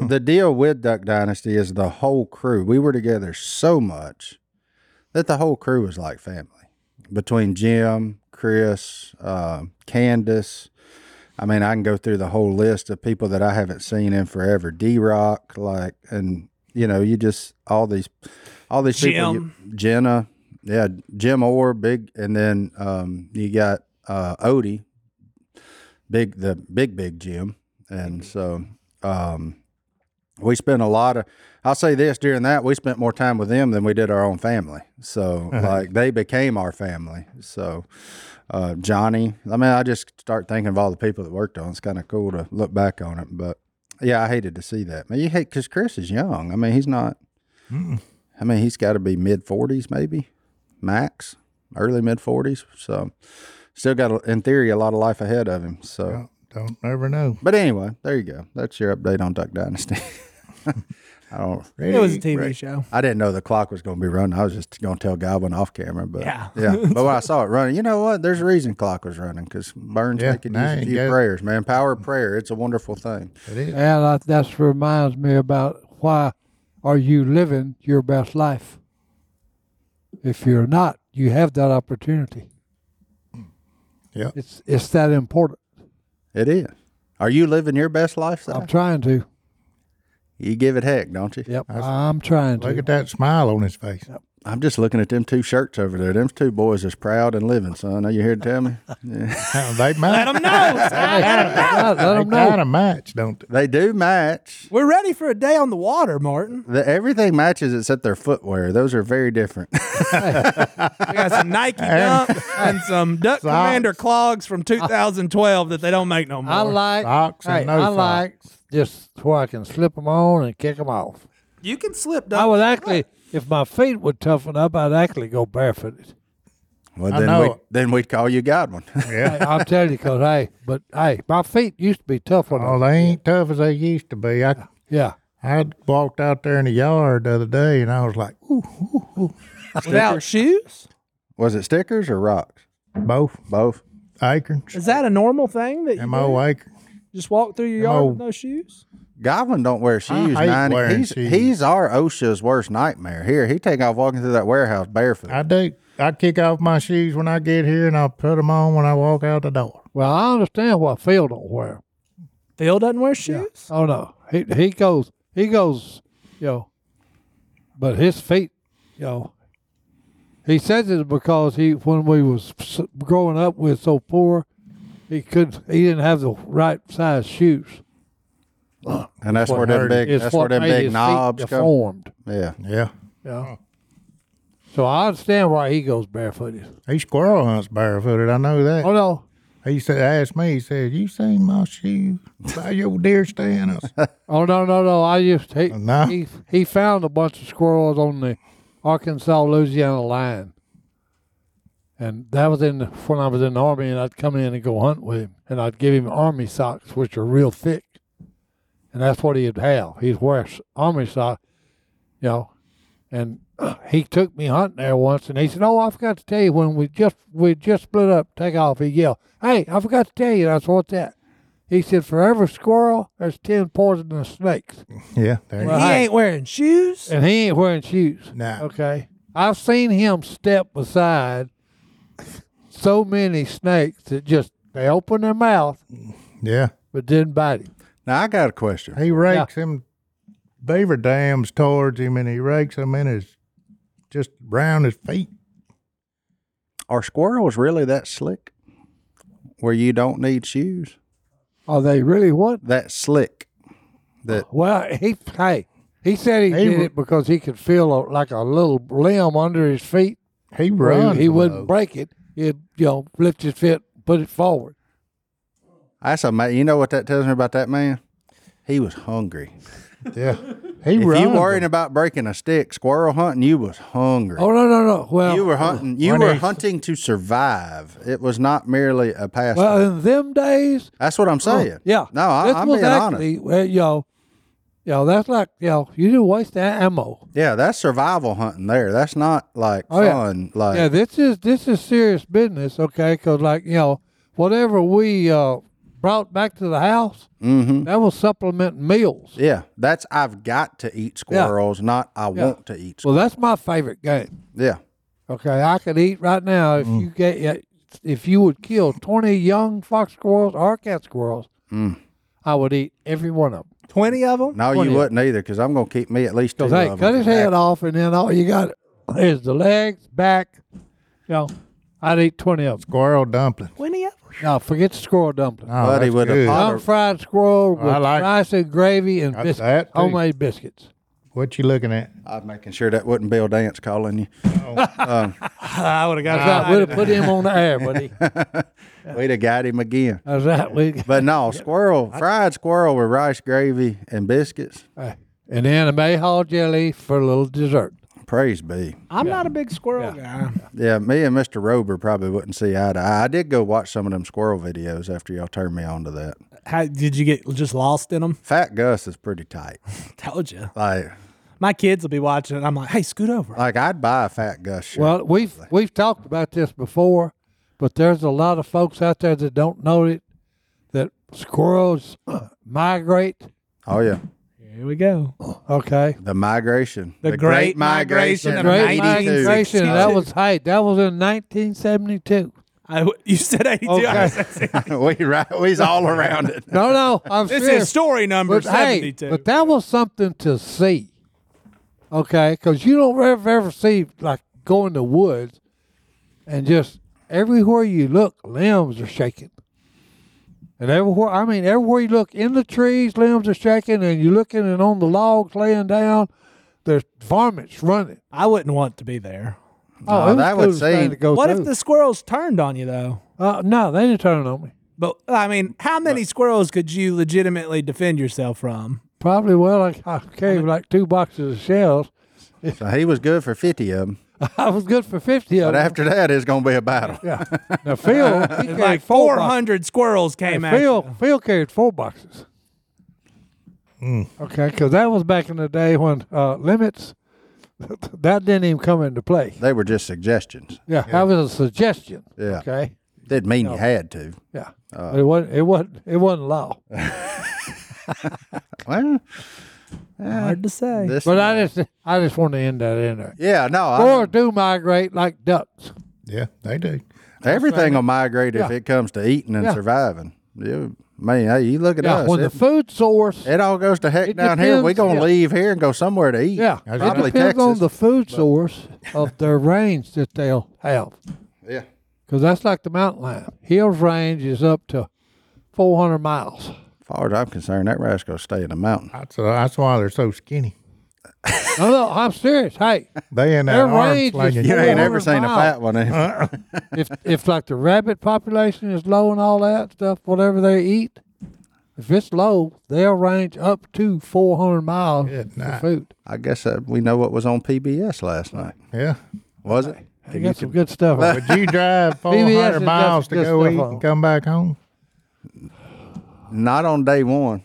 Speaker 2: the deal with Duck Dynasty is the whole crew. We were together so much that the whole crew was like family. Between Jim, Chris, uh, Candace, I mean, I can go through the whole list of people that I haven't seen in forever. D Rock, like, and you know, you just all these, all these people. you- Jenna, yeah, Jim Orr, big, and then um, you got uh, Odie, big, the big, big Jim, and so um, we spent a lot of. I'll say this during that we spent more time with them than we did our own family. So like they became our family. So uh, Johnny. I mean, I just start thinking of all the people that worked on. it. It's kind of cool to look back on it, but yeah, I hated to see that. Man, you hate because Chris is young. I mean, he's not. I mean, he's got to be mid forties, maybe max, early mid forties. So still got, in theory, a lot of life ahead of him. So.
Speaker 3: Don't, don't ever know.
Speaker 2: But anyway, there you go. That's your update on Duck Dynasty. I don't.
Speaker 4: It was a TV
Speaker 3: Right.
Speaker 4: show.
Speaker 2: I didn't know the clock was going to be running. I was just going to tell Godwin off camera, but
Speaker 4: Yeah.
Speaker 2: But when I saw it running, you know what? There's a reason clock was running because Burns
Speaker 3: Yeah,
Speaker 2: making
Speaker 3: nah,
Speaker 2: use of a
Speaker 3: you
Speaker 2: few
Speaker 3: got it.
Speaker 2: prayers, man. Power of prayer. It's a wonderful thing.
Speaker 3: It is.
Speaker 1: And I, that's reminds me about why are you living your best life? If you're not, you have that opportunity.
Speaker 3: Yeah.
Speaker 1: It's it's that important.
Speaker 2: It is. Are you living your best
Speaker 1: I'm
Speaker 2: lifestyle?
Speaker 1: trying to.
Speaker 2: You give it heck, don't you?
Speaker 1: Oh. Yep. I'm trying
Speaker 3: Look
Speaker 1: to.
Speaker 3: at that smile on his face.
Speaker 2: I'm just looking at them two shirts over there. Them two boys is proud and living, son. Are you here to tell me?
Speaker 3: they might. Let them know.
Speaker 1: Hey, let,
Speaker 3: they
Speaker 1: them
Speaker 3: kind
Speaker 1: know.
Speaker 3: of match, don't they?
Speaker 2: They do match.
Speaker 4: We're ready for a day on the water, Martin.
Speaker 2: The, everything matches except their footwear. Those are very different.
Speaker 4: We got some Nike dump and some Duck Commander clogs from 2012 that they don't make no more.
Speaker 1: I like.
Speaker 3: Socks and
Speaker 1: hey,
Speaker 3: no
Speaker 1: I
Speaker 3: socks.
Speaker 1: like just where I can slip them on and kick them off.
Speaker 4: you can slip
Speaker 1: I
Speaker 4: Duck.
Speaker 1: would actually, if my feet would toughen up, I'd actually go barefooted.
Speaker 2: Well,
Speaker 3: I
Speaker 2: then
Speaker 3: know
Speaker 2: we
Speaker 3: it.
Speaker 2: then we'd call you Godwin.
Speaker 1: Hey,
Speaker 3: Yeah.
Speaker 1: I'll tell you, because hey, but hey, my feet used to be tough on
Speaker 3: Well, they ain't tough as they used to be. I
Speaker 1: Yeah.
Speaker 3: I walked out there in the yard the other day and I was like, ooh,
Speaker 4: Without shoes?
Speaker 2: Was it stickers or rocks?
Speaker 3: both
Speaker 2: Both.
Speaker 3: acorns.
Speaker 4: Is that a normal thing that you
Speaker 3: Them old acorns.
Speaker 4: just walk through your yard
Speaker 3: old-
Speaker 4: with no shoes?
Speaker 2: Godwin don't wear shoes.
Speaker 3: hate
Speaker 2: Nine.
Speaker 3: wearing
Speaker 2: He's
Speaker 3: shoes.
Speaker 2: he's our OSHA's worst nightmare. Here he take off walking through that warehouse barefoot.
Speaker 3: I do. I kick off my shoes when I get here and I'll put them on when I walk out the door.
Speaker 1: Well, I understand why Phil don't wear 'em.
Speaker 4: Phil doesn't wear shoes?
Speaker 1: Oh no, he he goes he goes, you know, but his feet, you know, he says it's because he when we was s- growing up we was so poor, he couldn't he didn't have the right size shoes.
Speaker 2: and that's
Speaker 3: what
Speaker 2: where them
Speaker 3: hurt
Speaker 2: big
Speaker 1: It's
Speaker 2: that's where
Speaker 1: what
Speaker 2: them
Speaker 1: made
Speaker 2: big
Speaker 1: his
Speaker 2: knobs
Speaker 1: feet
Speaker 2: come.
Speaker 1: deformed.
Speaker 2: Yeah.
Speaker 3: Yeah.
Speaker 1: Yeah. So I understand why he goes barefooted.
Speaker 3: He squirrel hunts barefooted. I know that.
Speaker 1: Oh no,
Speaker 3: He said, asked me, he said, You seen my shoes by your deer stand? I said,
Speaker 1: oh no, no, no! I just he
Speaker 3: No.
Speaker 1: he he found a bunch of squirrels on the Arkansas Louisiana line, and that was in the, when I was in the army, and I'd come in and go hunt with him, and I'd give him army socks, which are real thick, and that's what he'd have. He'd wear s- army socks, you know, and he took me hunting there once, and he said, "Oh, I forgot to tell you when we just we just split up, take off." He yelled, "Hey, I forgot to tell you." And I said, "What's that?" He said, "For every squirrel, there's ten poisonous snakes."
Speaker 3: Yeah, there
Speaker 1: Well,
Speaker 4: he
Speaker 1: hey.
Speaker 4: ain't wearing shoes.
Speaker 1: And he ain't wearing shoes.
Speaker 3: Nah.
Speaker 1: Okay. I've seen him step beside so many snakes that just they open their mouth
Speaker 3: you go. Yeah.
Speaker 1: but didn't bite him.
Speaker 2: Now I got a question.
Speaker 3: He rakes them beaver dams towards him and he rakes them in his just round his feet.
Speaker 2: Are squirrels really that slick? Where you don't need shoes?
Speaker 1: Are they really what?
Speaker 2: That slick. That
Speaker 1: Well, he hey, he said he,
Speaker 3: He
Speaker 1: did
Speaker 3: wa-
Speaker 1: it because he could feel a, like a little limb under his feet.
Speaker 3: He
Speaker 1: where
Speaker 3: runs.
Speaker 1: he, he wouldn't
Speaker 3: though.
Speaker 1: break it. He'd you know lift his foot, put it forward.
Speaker 2: that's a ma- you know what that tells me about that man? He was hungry.
Speaker 3: Yeah. He
Speaker 2: If
Speaker 3: runs.
Speaker 2: you worried
Speaker 3: them.
Speaker 2: about breaking a stick, squirrel hunting, you was hungry.
Speaker 1: Oh no no no! Well,
Speaker 2: You were hunting. You
Speaker 3: When
Speaker 2: were
Speaker 3: he-
Speaker 2: hunting to survive. It was not merely a pastime.
Speaker 1: well in them days,
Speaker 2: That's what I'm saying.
Speaker 1: Oh, Yeah.
Speaker 2: No, I,
Speaker 1: this
Speaker 2: I'm
Speaker 1: was
Speaker 2: being honest.
Speaker 1: actually, well, you know, you know, that's like, you know, you didn't waste that ammo.
Speaker 2: Yeah, that's survival hunting there. That's not like
Speaker 1: Oh, yeah.
Speaker 2: fun. Like
Speaker 1: yeah, this is this is serious business, okay? Because like, you know, whatever we uh, brought back to the house,
Speaker 2: Mm.
Speaker 1: that was supplement meals.
Speaker 2: mm-hmm. yeah, that's I've got to eat squirrels, not I
Speaker 1: Yeah.
Speaker 2: want to eat. Squirrels.
Speaker 1: Well, that's my favorite game.
Speaker 2: yeah, Mm.
Speaker 1: Okay, I could eat right now if you get if you would kill 20 young fox squirrels or cat squirrels,
Speaker 2: Mm.
Speaker 1: I would eat every one of them.
Speaker 4: Twenty of them.
Speaker 2: No, you
Speaker 1: Twenty.
Speaker 2: wouldn't either, because I'm gonna keep me at least two.
Speaker 1: Because hey,
Speaker 2: of 'em.
Speaker 1: cut his head off, and then all you got is the legs, back. You know, I'd eat 20 of them.
Speaker 3: Squirrel dumpling.
Speaker 4: Twenty of them.
Speaker 1: Now, forget the squirrel dumpling.
Speaker 3: Oh,
Speaker 2: Buddy
Speaker 3: that's
Speaker 2: with a
Speaker 3: good.
Speaker 2: pot.
Speaker 1: Young fried squirrel with
Speaker 3: I like-
Speaker 1: rice and gravy and
Speaker 3: I-
Speaker 1: biscuits,
Speaker 3: that too.
Speaker 1: homemade biscuits.
Speaker 3: What you looking at?
Speaker 2: I'm making sure that wasn't Bill Dance calling you.
Speaker 4: I would have got
Speaker 3: Ah,
Speaker 1: That's right. We'd have put him on the air, buddy.
Speaker 2: We'd have got him again.
Speaker 1: That's right. We,
Speaker 2: But no, squirrel, fried squirrel with rice gravy and biscuits.
Speaker 1: and then a mayhaw jelly for a little dessert.
Speaker 2: Praise be.
Speaker 4: I'm not a big squirrel guy.
Speaker 2: Yeah, me and Mr. Rober probably wouldn't see eye to eye. I did go watch some of them squirrel videos after y'all turned me on to that.
Speaker 4: How did you get just lost in them?
Speaker 2: Fat Gus is pretty tight.
Speaker 4: Told you.
Speaker 2: Like,
Speaker 4: My kids will be watching it. I'm like, hey, scoot over.
Speaker 2: like I'd buy a Fat Gus shirt.
Speaker 1: Well, we've we've talked about this before, but there's a lot of folks out there that don't know it that squirrels migrate.
Speaker 2: oh yeah,
Speaker 4: Here we go.
Speaker 1: Okay,
Speaker 2: the migration,
Speaker 4: The Great Migration
Speaker 2: of
Speaker 4: of
Speaker 1: great
Speaker 4: 1962.
Speaker 1: migration. That was hey, that was in 1972.
Speaker 4: I, you said 82. I
Speaker 1: Okay.
Speaker 4: said 60.
Speaker 2: we right, we's all around it.
Speaker 1: No, no, I'm
Speaker 4: This
Speaker 1: serious.
Speaker 4: is story number
Speaker 1: but hey,
Speaker 4: 72.
Speaker 1: but that was something to see. Okay, because you don't ever ever see like go in the woods, and just everywhere you look, limbs are shaking. And everywhere, I mean, everywhere you look in the trees, limbs are shaking, and you're looking and on the logs laying down, there's varmints running.
Speaker 4: I wouldn't want to be there.
Speaker 1: Oh,
Speaker 2: No,
Speaker 1: it was
Speaker 2: that
Speaker 1: cool
Speaker 2: would
Speaker 1: as thing
Speaker 2: seem-
Speaker 1: to go
Speaker 4: What
Speaker 1: through.
Speaker 4: if the squirrels turned on you, though?
Speaker 1: Uh, no, they didn't turn on me.
Speaker 4: But I mean, how many squirrels could you legitimately defend yourself from?
Speaker 1: Probably well, like I carried like two boxes of shells.
Speaker 2: So he was good for fifty of them,
Speaker 1: I was good for fifty of
Speaker 2: but
Speaker 1: them.
Speaker 2: after that, it's gonna be a battle.
Speaker 1: Yeah. Now Phil, he carried
Speaker 4: It's like
Speaker 1: four
Speaker 4: 400 squirrels
Speaker 1: boxes.
Speaker 4: came out.
Speaker 1: Phil, Phil carried four boxes.
Speaker 2: Hmm.
Speaker 1: Okay, because that was back in the day when uh, limits that didn't even come into play.
Speaker 2: They were just suggestions.
Speaker 1: Yeah, that was a suggestion.
Speaker 2: Yeah. Uh.
Speaker 1: Okay.
Speaker 2: Didn't mean you had to.
Speaker 1: Yeah. But it wasn't. It wasn't. It wasn't law.
Speaker 2: Well,
Speaker 4: Hard to say.
Speaker 2: this,
Speaker 1: But I just, I just want to end that in there.
Speaker 2: yeah, no,
Speaker 1: Or
Speaker 2: I,
Speaker 1: do migrate like ducks.
Speaker 3: Yeah, they do.
Speaker 2: everything will migrate if
Speaker 1: Yeah.
Speaker 2: it comes to eating and
Speaker 1: Yeah.
Speaker 2: surviving. You, man, hey, you look at
Speaker 1: Yeah.
Speaker 2: us.
Speaker 1: when
Speaker 2: it,
Speaker 1: the food source.
Speaker 2: it all goes to heck
Speaker 1: It
Speaker 2: down here. We're
Speaker 1: depends,
Speaker 2: gonna
Speaker 1: yeah.
Speaker 2: leave here and go somewhere to eat.
Speaker 1: Yeah. It
Speaker 2: probably
Speaker 1: depends
Speaker 2: Texas.
Speaker 1: on the food source of their range that they'll have.
Speaker 2: yeah,
Speaker 1: Because that's like the mountain lion. Hill's range is up to 400 miles.
Speaker 2: as far as I'm concerned, that rat's gonna stay in the mountain.
Speaker 3: That's, that's why they're so skinny.
Speaker 1: No, no, I'm serious. Hey,
Speaker 3: They in that
Speaker 1: Their
Speaker 3: arm
Speaker 1: range is
Speaker 3: slinging.
Speaker 2: You ain't
Speaker 1: 400
Speaker 2: ever seen a
Speaker 1: miles.
Speaker 2: fat one. ain't you?
Speaker 1: if if like the rabbit population is low and all that stuff, whatever they eat, if it's low, they'll range up to 400 miles
Speaker 3: Good
Speaker 1: for
Speaker 3: night.
Speaker 1: food.
Speaker 2: I guess uh, we know what was on PBS last night.
Speaker 3: Yeah.
Speaker 2: Was it?
Speaker 1: They got some good stuff. out
Speaker 3: Would you drive
Speaker 1: PBS
Speaker 3: 400
Speaker 1: has
Speaker 3: miles to
Speaker 1: got
Speaker 3: go
Speaker 1: good
Speaker 3: eat
Speaker 1: stuff on.
Speaker 3: and come back home?
Speaker 2: Not on day one.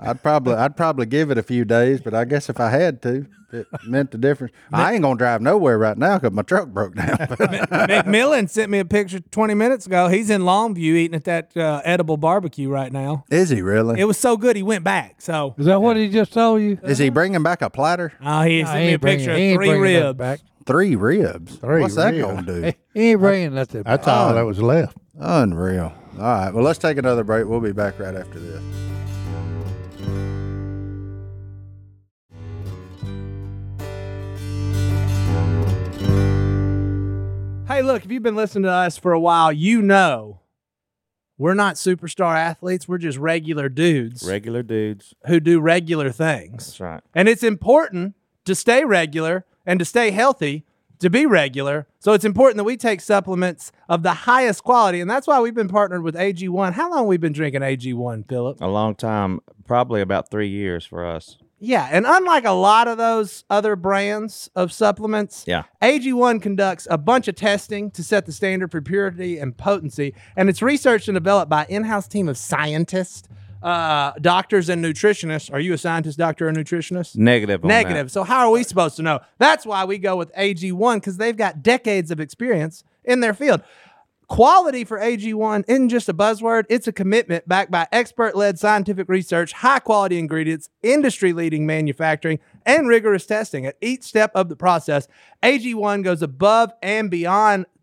Speaker 2: I'd probably I'd probably give it a few days, but I guess if I had to, it meant the difference. I ain't gonna drive nowhere right now because my truck broke down.
Speaker 4: McMillan sent me a picture 20 minutes ago. He's in Longview eating at that uh, edible barbecue right now.
Speaker 2: Is he really?
Speaker 4: It was so good he went back. So
Speaker 1: Is that what he just told you?
Speaker 2: Is he bringing back a platter?
Speaker 4: oh, he
Speaker 1: Nah,
Speaker 4: sent me a
Speaker 1: ain't bringing-
Speaker 4: picture
Speaker 1: he
Speaker 4: of
Speaker 1: ain't
Speaker 4: three
Speaker 1: bringing that
Speaker 4: ribs.
Speaker 1: Back.
Speaker 2: Three ribs.
Speaker 3: Three
Speaker 2: What's that
Speaker 3: ribs.
Speaker 2: gonna do?
Speaker 1: He ain't bringing nothing. back.
Speaker 3: That's
Speaker 2: Oh.
Speaker 3: all that was left.
Speaker 2: Unreal. All right. Well, let's take another break. We'll be back right after this.
Speaker 4: Hey, look, if you've been listening to us for a while, you know we're not superstar athletes. We're just regular dudes
Speaker 6: Regular dudes.
Speaker 4: who do regular things.
Speaker 6: That's right.
Speaker 4: And it's important to stay regular and to stay healthy to be regular. So it's important that we take supplements of the highest quality. And that's why we've been partnered with AG1. How long have we been drinking AG1, Philip?
Speaker 6: A long time, probably about three years for us.
Speaker 4: Yeah, and unlike a lot of those other brands of supplements,
Speaker 6: Yeah.
Speaker 4: AG1 conducts a bunch of testing to set the standard for purity and potency, and it's researched and developed by in-house team of scientists, uh, doctors, and nutritionists. Are you a scientist, doctor, or nutritionist?
Speaker 6: Negative. On that.
Speaker 4: Negative. So how are we supposed to know? That's why we go with AG1 because they've got decades of experience in their field. Quality for AG1 isn't just a buzzword, it's a commitment backed by expert led scientific research, high quality ingredients, industry leading manufacturing, and rigorous testing at each step of the process. AG1 goes above and beyond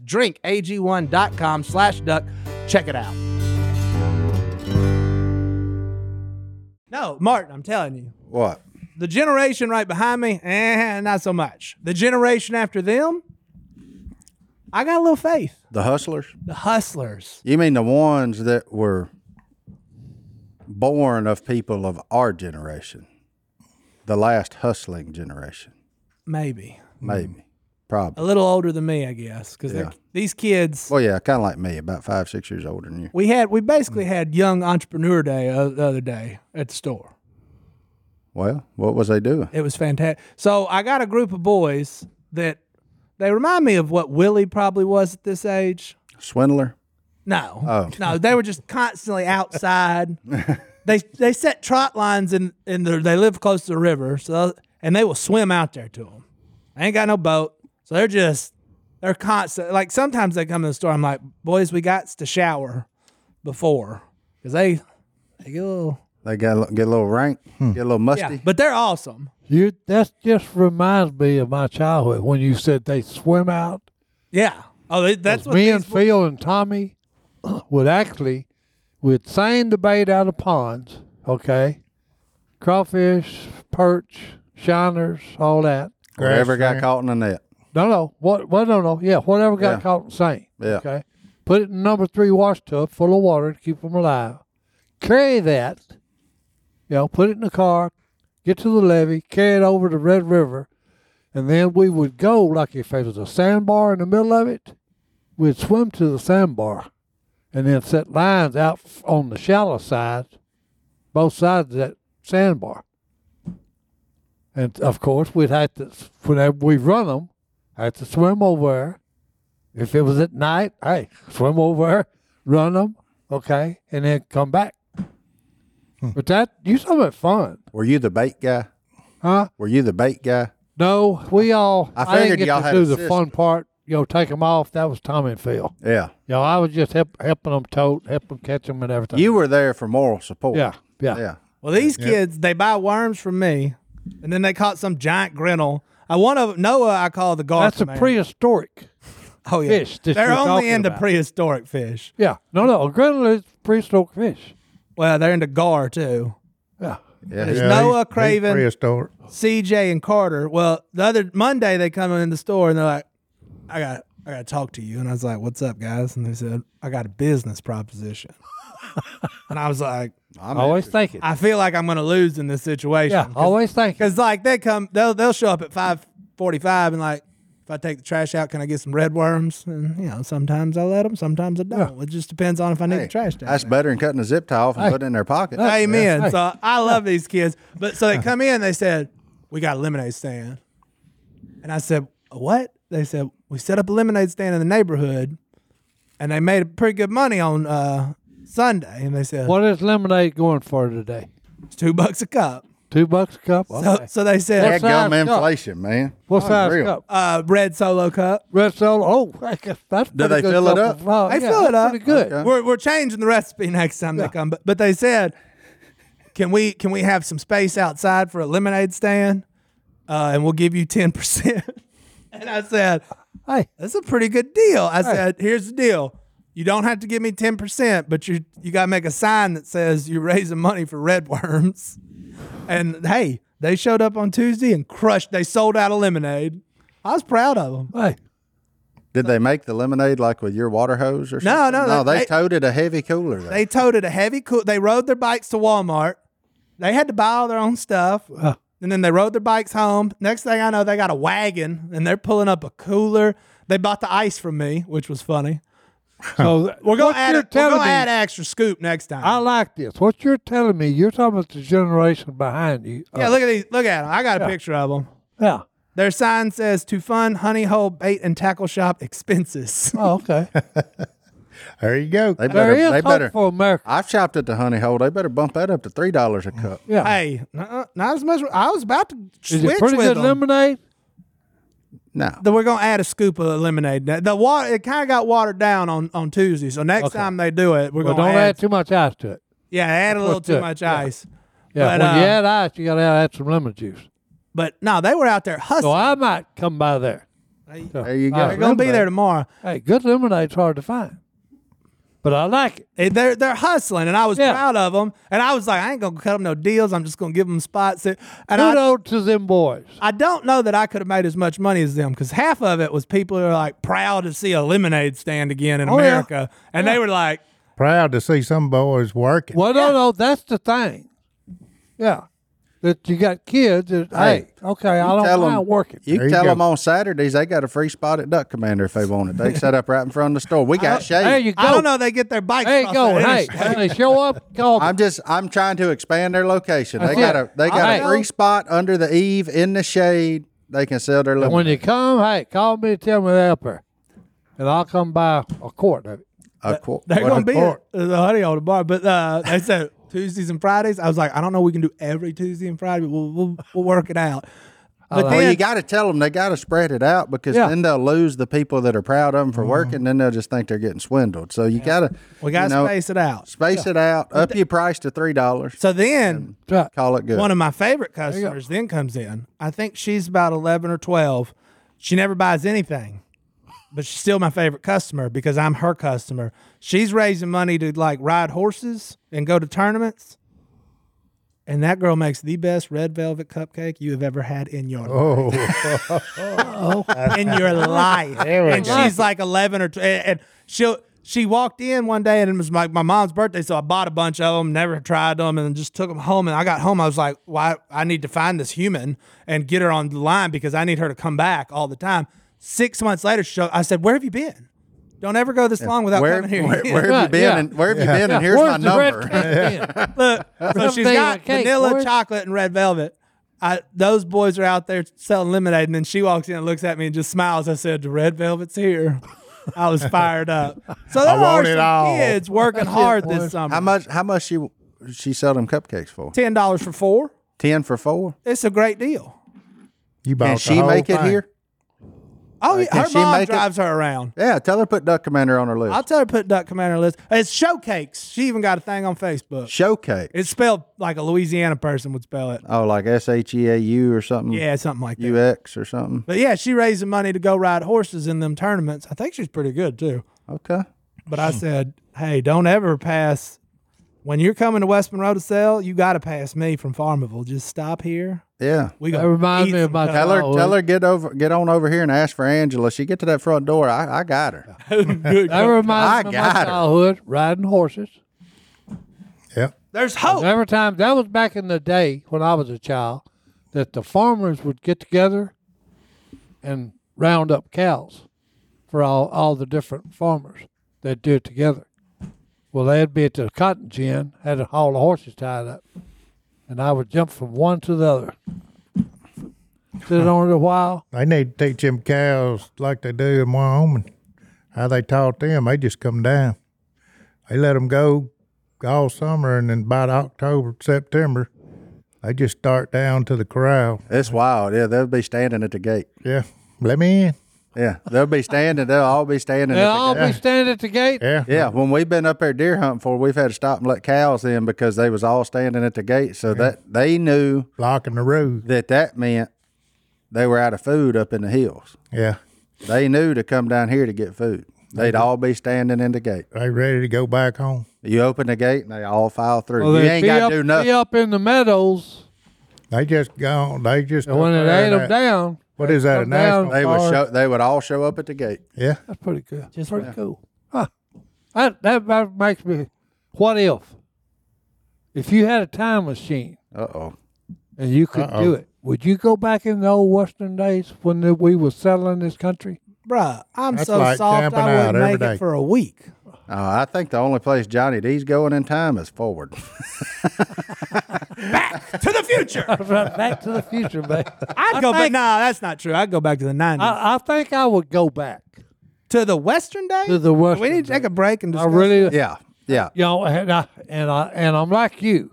Speaker 4: drinkag1.com slash duck. Check it out. No, Martin, I'm telling you
Speaker 2: What?
Speaker 4: the generation right behind me, eh, not so much. The generation after them, I got a little faith.
Speaker 2: The hustlers?
Speaker 4: The hustlers.
Speaker 2: You mean the ones that were born of people of our generation, the last hustling generation,
Speaker 4: Maybe.
Speaker 3: Hmm.
Speaker 2: maybe,
Speaker 4: A
Speaker 2: probably.
Speaker 4: little older than me, I guess. Because
Speaker 2: Yeah.
Speaker 4: these kids
Speaker 2: Well, yeah, kind of like me, about five, six years older than you.
Speaker 4: we had we basically had young entrepreneur day uh, the other day at the store.
Speaker 2: Well, what was they doing?
Speaker 4: It was fantastic. So I got a group of boys that they remind me of what Willie probably was at this age.
Speaker 2: Swindler?
Speaker 4: No.
Speaker 2: Oh.
Speaker 4: No, they were just constantly outside. they they set trot lines in in the they live close to the river, so and they will swim out there to them. They ain't got no boat, so they're just they're constant. Like sometimes they come to the store, I'm like, boys, we got to shower before because they they get a little
Speaker 2: They got a, li- get a little rank,
Speaker 3: Hmm.
Speaker 2: get a little musty.
Speaker 4: yeah, but they're awesome.
Speaker 1: You that just reminds me of my childhood when you said they swim out.
Speaker 4: Yeah. Oh, they, that's what
Speaker 1: me
Speaker 4: these
Speaker 1: and
Speaker 4: bo-
Speaker 1: Phil and Tommy would actually would same the bait out of ponds, okay? Crawfish, perch, shiners, all that.
Speaker 2: Whoever got
Speaker 3: Grass
Speaker 2: caught in the net.
Speaker 1: No, no. What? What? No, no. Yeah, whatever got
Speaker 2: Yeah.
Speaker 1: caught in the same.
Speaker 2: Yeah.
Speaker 1: Okay. Put it in number three wash tub full of water to keep them alive. Carry that. You know, put it in the car. Get to the levee. Carry it over to Red River, and then we would go like if there was a sandbar in the middle of it, we'd swim to the sandbar, and then set lines out f- on the shallow side, both sides of that sandbar. And of course, we'd have to whenever we run them, I had to swim over. there. If it was at night, hey, swim over, there, run them, okay, and then come back.
Speaker 2: Hmm.
Speaker 1: But that you talking about fun,
Speaker 2: Were you the bait guy?
Speaker 1: huh?
Speaker 2: Were you the bait guy?
Speaker 1: No, we all.
Speaker 2: I
Speaker 1: I, didn't
Speaker 2: figured
Speaker 1: get
Speaker 2: y'all
Speaker 1: to
Speaker 2: had
Speaker 1: do
Speaker 2: a
Speaker 1: the fun
Speaker 2: system.
Speaker 1: part. You know, take them off. That was Tommy and Phil.
Speaker 2: Yeah.
Speaker 1: You know, I was just help, helping them tote, help them catch them and everything.
Speaker 2: You were there for moral support.
Speaker 1: yeah, yeah.
Speaker 2: Yeah.
Speaker 4: Well, these kids, they buy worms from me, and then they caught some giant grinnell. I one of Noah, I call the garden.
Speaker 1: That's a prehistoric.
Speaker 4: oh, yeah.
Speaker 1: fish that
Speaker 4: They're
Speaker 1: you're
Speaker 4: only
Speaker 1: talking
Speaker 4: into
Speaker 1: about.
Speaker 4: prehistoric fish.
Speaker 1: Yeah, no, no, a griddle is prehistoric fish.
Speaker 4: Well, they're into gar too.
Speaker 1: Yeah,
Speaker 2: Yeah.
Speaker 4: There's
Speaker 3: Yeah,
Speaker 4: Noah,
Speaker 3: he's- he's
Speaker 4: Craven,
Speaker 3: prehistoric.
Speaker 4: CJ, and Carter. Well, the other Monday they come in the store and they're like, "I got, I got to talk to you." And I was like, "What's up, guys?" And they said, "I got a business proposition." and I was like,
Speaker 2: I'm
Speaker 1: always thinking.
Speaker 4: "I feel like I'm going to lose in this situation."
Speaker 1: Yeah,
Speaker 4: 'Cause
Speaker 1: always thinking.
Speaker 4: Because like they come, they'll they'll show up at five forty five and like, if I take the trash out, can I get some red worms? And you know, sometimes I let them, sometimes I don't. It just depends on if I need the trash down.
Speaker 2: That's
Speaker 4: there.
Speaker 2: better than cutting a zip tie off and putting it in their pocket.
Speaker 4: Amen. So I love these kids. But so they come in, they said, We got a lemonade stand. And I said, What? They said, We set up a lemonade stand in the neighborhood and they made pretty good money on uh, Sunday. And they said,
Speaker 1: What is lemonade going for today?
Speaker 4: It's two bucks a cup.
Speaker 1: Two bucks a cup.
Speaker 4: So,
Speaker 1: Okay.
Speaker 4: so they
Speaker 2: That
Speaker 4: said
Speaker 1: What's- size
Speaker 2: gum
Speaker 1: cup?
Speaker 2: inflation, man.
Speaker 1: What size
Speaker 2: Unreal.
Speaker 1: cup?
Speaker 4: uh, red solo cup.
Speaker 1: Red Solo. Oh, that's that's
Speaker 2: Do
Speaker 1: pretty
Speaker 2: they
Speaker 1: good
Speaker 2: fill it
Speaker 1: cup
Speaker 2: up?
Speaker 1: of flour.
Speaker 4: They
Speaker 1: Oh, Yeah,
Speaker 4: fill it
Speaker 1: that's
Speaker 4: up.
Speaker 1: Pretty good.
Speaker 2: Okay.
Speaker 4: We're, we're changing the recipe next time they come, but but they said, can we can we have some space outside for a lemonade stand, uh, and we'll give you ten percent. and I said,
Speaker 1: Hey,
Speaker 4: that's a pretty good deal. I said, here's the deal. You don't have to give me 10%, but you you got to make a sign that says you're raising money for red worms. And hey, they showed up on Tuesday and crushed. They sold out of lemonade. I was proud of them.
Speaker 1: hey.
Speaker 2: Did they make the lemonade like with your water hose or something?
Speaker 4: No, no,
Speaker 2: no.
Speaker 4: they-
Speaker 2: They, toted a heavy cooler. There.
Speaker 4: They toted a heavy cool. They rode their bikes to Walmart. They had to buy all their own stuff. And then they rode their bikes home. Next thing I know, they got a wagon and they're pulling up a cooler. They bought the ice from me, which was funny.
Speaker 1: So
Speaker 4: We're
Speaker 1: what
Speaker 4: gonna add.
Speaker 1: you're
Speaker 4: We're gonna
Speaker 1: telling me-
Speaker 4: add an extra scoop next time.
Speaker 1: I like this. What you're telling me, you're talking about the generation behind you.
Speaker 4: Yeah,
Speaker 1: Uh,
Speaker 4: look at these. Look at them. I got a picture of them.
Speaker 1: yeah.
Speaker 4: Their sign says "To Fun Honey Hole Bait and Tackle Shop Expenses."
Speaker 1: Oh, okay.
Speaker 3: There you go.
Speaker 2: They
Speaker 1: there
Speaker 2: better.
Speaker 1: is
Speaker 2: they
Speaker 1: hope
Speaker 2: better.
Speaker 1: for America.
Speaker 2: I've shopped at the Honey Hole. They better bump that up to three dollars a cup.
Speaker 1: Yeah.
Speaker 4: hey, nuh-uh, not as much. I was about to
Speaker 1: is
Speaker 4: switch
Speaker 1: it pretty
Speaker 4: with
Speaker 1: good
Speaker 4: them.
Speaker 1: lemonade?
Speaker 2: No,
Speaker 4: That we're gonna add a scoop of lemonade. The- The water it kind of got watered down on on Tuesday, so next time they do it, we're
Speaker 1: Well,
Speaker 4: gonna
Speaker 1: don't add too much ice to it.
Speaker 4: yeah, add a little
Speaker 1: to
Speaker 4: too
Speaker 1: it,
Speaker 4: much
Speaker 1: yeah.
Speaker 4: ice.
Speaker 1: Yeah.
Speaker 4: But,
Speaker 1: when you
Speaker 4: uh,
Speaker 1: add ice, you got to add some lemon juice.
Speaker 4: But no, they were out there
Speaker 1: So
Speaker 4: hustling.
Speaker 1: Oh, I might come by there.
Speaker 2: there you go.
Speaker 1: All
Speaker 4: They're gonna be there tomorrow.
Speaker 1: Hey, good lemonade's hard to find, but I like it.
Speaker 4: Eh, They're they're hustling, and I was
Speaker 1: Yeah.
Speaker 4: proud of them. And I was like, I ain't gonna cut them no deals. I'm just gonna give them spots. that- And I
Speaker 1: Kudos to them boys.
Speaker 4: I don't know that I could have made as much money as them because half of it was people who are like proud to see a lemonade stand again in
Speaker 1: Oh, yeah.
Speaker 4: America, and they were like,
Speaker 3: Proud to see some boys working.
Speaker 1: Well, no, no, that's the thing. Yeah, that you got kids. That, hey,
Speaker 2: Hey,
Speaker 1: okay, I don't
Speaker 2: tell 'em-
Speaker 1: mind working.
Speaker 2: You
Speaker 3: There you
Speaker 2: tell
Speaker 3: go.
Speaker 2: them on Saturdays they got a free spot at Duck Commander if they want it. They set up right in front of the store. We got
Speaker 1: There
Speaker 2: shade.
Speaker 1: you go.
Speaker 4: I don't know, they get their bikes.
Speaker 1: There you
Speaker 4: across
Speaker 1: go.
Speaker 4: the
Speaker 1: Hey,
Speaker 4: interstate.
Speaker 1: when they show up, call me.
Speaker 2: I'm just I'm trying to expand their location. They
Speaker 1: That's
Speaker 2: got
Speaker 1: it.
Speaker 2: a they got
Speaker 1: Hey.
Speaker 2: a free spot under the eave in the shade. They can sell their
Speaker 1: And when
Speaker 2: lemonade.
Speaker 1: you come, hey, call me and tell me they're up there. And I'll come by a quart of it.
Speaker 2: A qu-
Speaker 4: They're
Speaker 2: what
Speaker 4: gonna
Speaker 2: a
Speaker 4: be
Speaker 2: quart.
Speaker 4: at the honey on the bar, but uh, they said Tuesdays and Fridays. I was like, I don't know, we can do every Tuesday and Friday, but we'll we'll, we'll work it out. But
Speaker 2: Well,
Speaker 4: then,
Speaker 2: you got to tell them they got to spread it out because
Speaker 1: Yeah.
Speaker 2: then they'll lose the people that are proud of them for working. Then they'll just think they're getting swindled. So you got to
Speaker 4: we got
Speaker 2: you
Speaker 4: to
Speaker 2: know,
Speaker 4: space it out.
Speaker 2: space it out. Up your price to three dollars.
Speaker 4: So then,
Speaker 1: That's right.
Speaker 2: Call it good.
Speaker 4: one of my favorite customers then comes in. I think she's about 11 or 12. She never buys anything, but she's still my favorite customer because I'm her customer. She's raising money to like ride horses and go to tournaments. And that girl makes the best red velvet cupcake you have ever had in your
Speaker 3: Oh,
Speaker 4: in your life.
Speaker 3: There we
Speaker 4: And
Speaker 3: go.
Speaker 4: she's like 11 or 12. And she'll, she walked in one day and it was my, my mom's birthday. So I bought a bunch of them, never tried them, and just took them home. And I got home. I was like, why? I need to find this human and get her on the line because I need her to come back all the time. Six months later, she showed, I said, Where have you been? Don't ever go this long without
Speaker 2: where,
Speaker 4: coming here.
Speaker 2: where,
Speaker 4: again."
Speaker 2: where have
Speaker 1: Yeah,
Speaker 2: you been?
Speaker 1: yeah.
Speaker 2: And where have you been? And here's my
Speaker 1: Where's the red
Speaker 2: number.
Speaker 1: cake then?
Speaker 4: Look, so she's
Speaker 1: Something
Speaker 4: got
Speaker 1: like cake,
Speaker 4: vanilla,
Speaker 1: boys.
Speaker 4: chocolate, and red velvet. I, those boys are out there selling lemonade, and then she walks in and looks at me and just smiles. I said, "The red velvet's here." I was fired up. So there are
Speaker 3: want it
Speaker 4: some
Speaker 3: all.
Speaker 4: kids working hard this
Speaker 1: boys.
Speaker 4: summer.
Speaker 2: How much? How much she she sell them cupcakes for?
Speaker 4: Ten dollars for four.
Speaker 2: Ten for four.
Speaker 4: It's a great deal.
Speaker 3: you bought
Speaker 2: Can
Speaker 3: the
Speaker 2: she
Speaker 3: whole
Speaker 2: make it
Speaker 3: thing.
Speaker 2: here?
Speaker 4: Oh,
Speaker 2: Like,
Speaker 4: yeah,
Speaker 2: can
Speaker 4: her
Speaker 2: she
Speaker 4: mom
Speaker 2: make it?
Speaker 4: drives her around.
Speaker 2: Yeah, tell her to put Duck Commander on her list.
Speaker 4: I'll tell her to put Duck Commander on her list. It's showcakes. She even got a thing on Facebook.
Speaker 2: Showcake.
Speaker 4: It's spelled like a Louisiana person would spell it.
Speaker 2: Oh, like S H E A U or something.
Speaker 4: Yeah, something like that.
Speaker 2: U X or something.
Speaker 4: But yeah, she raising money to go ride horses in them tournaments. I think she's pretty good too.
Speaker 2: Okay.
Speaker 4: But I said, hey, don't ever pass. When you're coming to West Monroe to sell, you got to pass me from Farmerville. Just stop here.
Speaker 2: Yeah.
Speaker 4: We
Speaker 1: That
Speaker 4: gonna
Speaker 1: reminds
Speaker 4: eat
Speaker 1: me of
Speaker 4: some
Speaker 1: my
Speaker 4: cup-
Speaker 2: Tell her,
Speaker 1: Oh,
Speaker 2: tell
Speaker 1: it-
Speaker 2: her, get over, get on over here and ask for Angela. She get to that front door. I, I got her.
Speaker 4: good
Speaker 1: That
Speaker 4: cup.
Speaker 1: reminds
Speaker 2: I
Speaker 1: me of my
Speaker 2: got her.
Speaker 1: childhood, riding horses.
Speaker 3: Yep.
Speaker 4: There's
Speaker 2: Oh.
Speaker 4: hope.
Speaker 1: Every time, that was back in the day when I was a child, that the farmers would get together and round up cows for all, all the different farmers. They'd do it together. Well, they'd be at the cotton gin, had all the horses tied up, and I would jump from one to the other. Sit on it a while.
Speaker 3: They need to teach them cows like they do in Wyoming. How they taught them, they just come down. They let them go all summer, and then by October, September, They just start down to the corral.
Speaker 2: It's wild. Yeah, they'll be standing at the gate.
Speaker 3: Yeah. Let me in.
Speaker 2: Yeah, they'll be standing. They'll all be standing.
Speaker 1: They'll
Speaker 2: at
Speaker 1: all
Speaker 2: the
Speaker 1: be standing at the gate.
Speaker 3: Yeah.
Speaker 2: gate. Yeah, when we've been up there deer hunting for, we've had to stop and let cows in because they was all standing at the gate. So that they knew
Speaker 3: Blocking the road.
Speaker 2: that that meant they were out of food up in the hills.
Speaker 3: Yeah.
Speaker 2: They knew to come down here to get food. They'd all be standing in the gate.
Speaker 3: They ready to go back home.
Speaker 2: You open the gate and they all file through.
Speaker 4: Oh,
Speaker 1: Well,
Speaker 2: you
Speaker 1: they'd
Speaker 2: ain't
Speaker 1: be
Speaker 2: got
Speaker 1: up,
Speaker 2: to do
Speaker 1: be
Speaker 2: nothing.
Speaker 1: up in the meadows,
Speaker 3: They just gone. They just.
Speaker 1: and when
Speaker 3: up
Speaker 1: it
Speaker 3: there
Speaker 1: ate
Speaker 3: in
Speaker 1: them
Speaker 3: that-
Speaker 1: down,
Speaker 3: What is that? A
Speaker 1: come down,
Speaker 3: national
Speaker 2: They would
Speaker 3: park?
Speaker 2: show. They would all show up at the gate.
Speaker 3: Yeah.
Speaker 1: that's pretty good. That's pretty cool. Huh. That, that about makes me. What if? If you had a time machine
Speaker 2: Uh oh.
Speaker 1: and you could do it, would you go back in the old Western days when the, we were settling this country?
Speaker 4: Bruh, I'm
Speaker 3: That's
Speaker 4: so
Speaker 3: like
Speaker 4: soft
Speaker 3: camping
Speaker 4: I
Speaker 3: out
Speaker 4: wouldn't
Speaker 3: every
Speaker 4: make
Speaker 3: day.
Speaker 4: it for a week.
Speaker 2: Uh, I think the only place Johnny D's going in time is forward.
Speaker 4: To the future.
Speaker 1: uh, back to the future, man.
Speaker 4: I'd go back. Nah, that's not true. I'd go back to the 90s.
Speaker 1: I, I think I would go back
Speaker 4: to the Western day?
Speaker 1: to the Western.
Speaker 4: we need to take a break and
Speaker 1: I
Speaker 4: discuss.
Speaker 1: really,
Speaker 2: yeah, yeah.
Speaker 1: you know, and I, and I and I'm like you.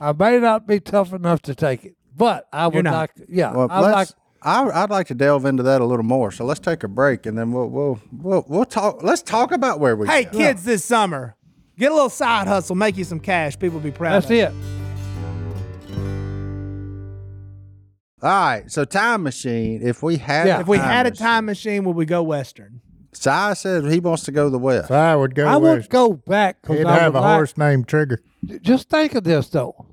Speaker 1: I may not be tough enough to take it, but I would
Speaker 4: not.
Speaker 1: like. Yeah,
Speaker 2: Well,
Speaker 1: I
Speaker 2: let's.
Speaker 1: like.
Speaker 2: I, I'd like to delve into that a little more. So let's take a break and then we'll we'll we'll, we'll talk. Let's talk about where we.
Speaker 4: Hey,
Speaker 2: go.
Speaker 4: kids, this summer, get a little side hustle, make you some cash. People be proud.
Speaker 1: That's
Speaker 4: of you.
Speaker 1: it.
Speaker 2: All right. So time machine. If we had,
Speaker 1: Yeah.
Speaker 2: a
Speaker 4: If we had a
Speaker 2: machine-
Speaker 4: time machine, would we go Western?
Speaker 2: Si says he wants to go to the west.
Speaker 3: So I would go.
Speaker 1: I would
Speaker 3: west.
Speaker 1: go back because
Speaker 3: He'd
Speaker 1: I
Speaker 3: have
Speaker 1: would
Speaker 3: a
Speaker 1: like-
Speaker 3: horse named Trigger.
Speaker 1: Just think of this though.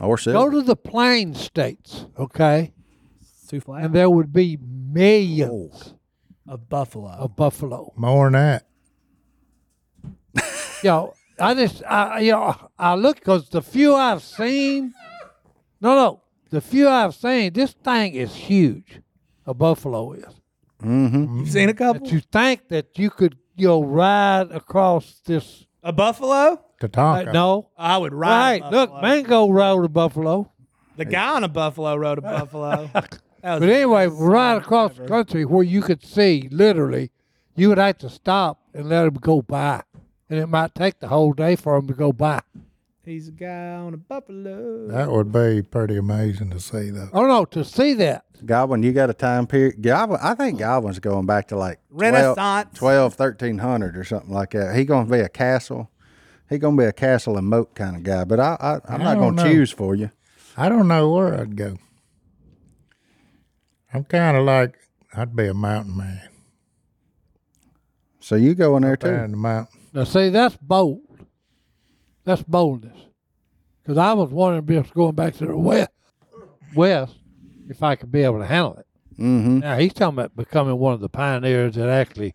Speaker 2: Or
Speaker 1: Go
Speaker 2: Silver.
Speaker 1: to the plain states, okay,
Speaker 4: Too flat.
Speaker 1: and there would be millions
Speaker 4: of Buffalo.
Speaker 1: of buffalo.
Speaker 3: More than that.
Speaker 1: You know, I just, I, you know, I look because the few I've seen, no, no, the few I've seen, this thing is huge. A buffalo is. Um,
Speaker 4: You've seen a couple?
Speaker 1: that you think that you could you know, ride across this.
Speaker 4: A Buffalo?
Speaker 1: uh,
Speaker 3: Tatanka.
Speaker 1: no,
Speaker 4: I would ride.
Speaker 1: right?
Speaker 4: a
Speaker 1: Look,
Speaker 4: Buffalo.
Speaker 1: Mango rode a buffalo,
Speaker 4: The guy on a Buffalo rode a Buffalo. That was-
Speaker 1: but anyway, right across the country where you could see literally, you would have to stop and let him go by, and it might take the whole day for him to go by.
Speaker 4: He's a guy on a Buffalo.
Speaker 3: That would be pretty amazing to see, though.
Speaker 1: Oh no, to see that.
Speaker 2: Godwin, you got a time period. Godwin, I think Godwin's going back to like 12
Speaker 4: Renaissance.
Speaker 2: 12, 1300 or something like that. He going to be a castle. He going to be a castle and moat kind of guy. But I, I I'm
Speaker 3: I
Speaker 2: not
Speaker 3: don't
Speaker 2: going to
Speaker 3: know.
Speaker 2: choose for you.
Speaker 3: I don't know where I'd go. I'm kind of like I'd be a mountain man.
Speaker 2: So you go in there too.
Speaker 3: Down the mountain.
Speaker 1: Now see, that's bold. That's boldness. Because I was wondering if it's going back to the west, west, if I could be able to handle it.
Speaker 2: Mm-hmm.
Speaker 1: Now he's talking about becoming one of the pioneers that actually,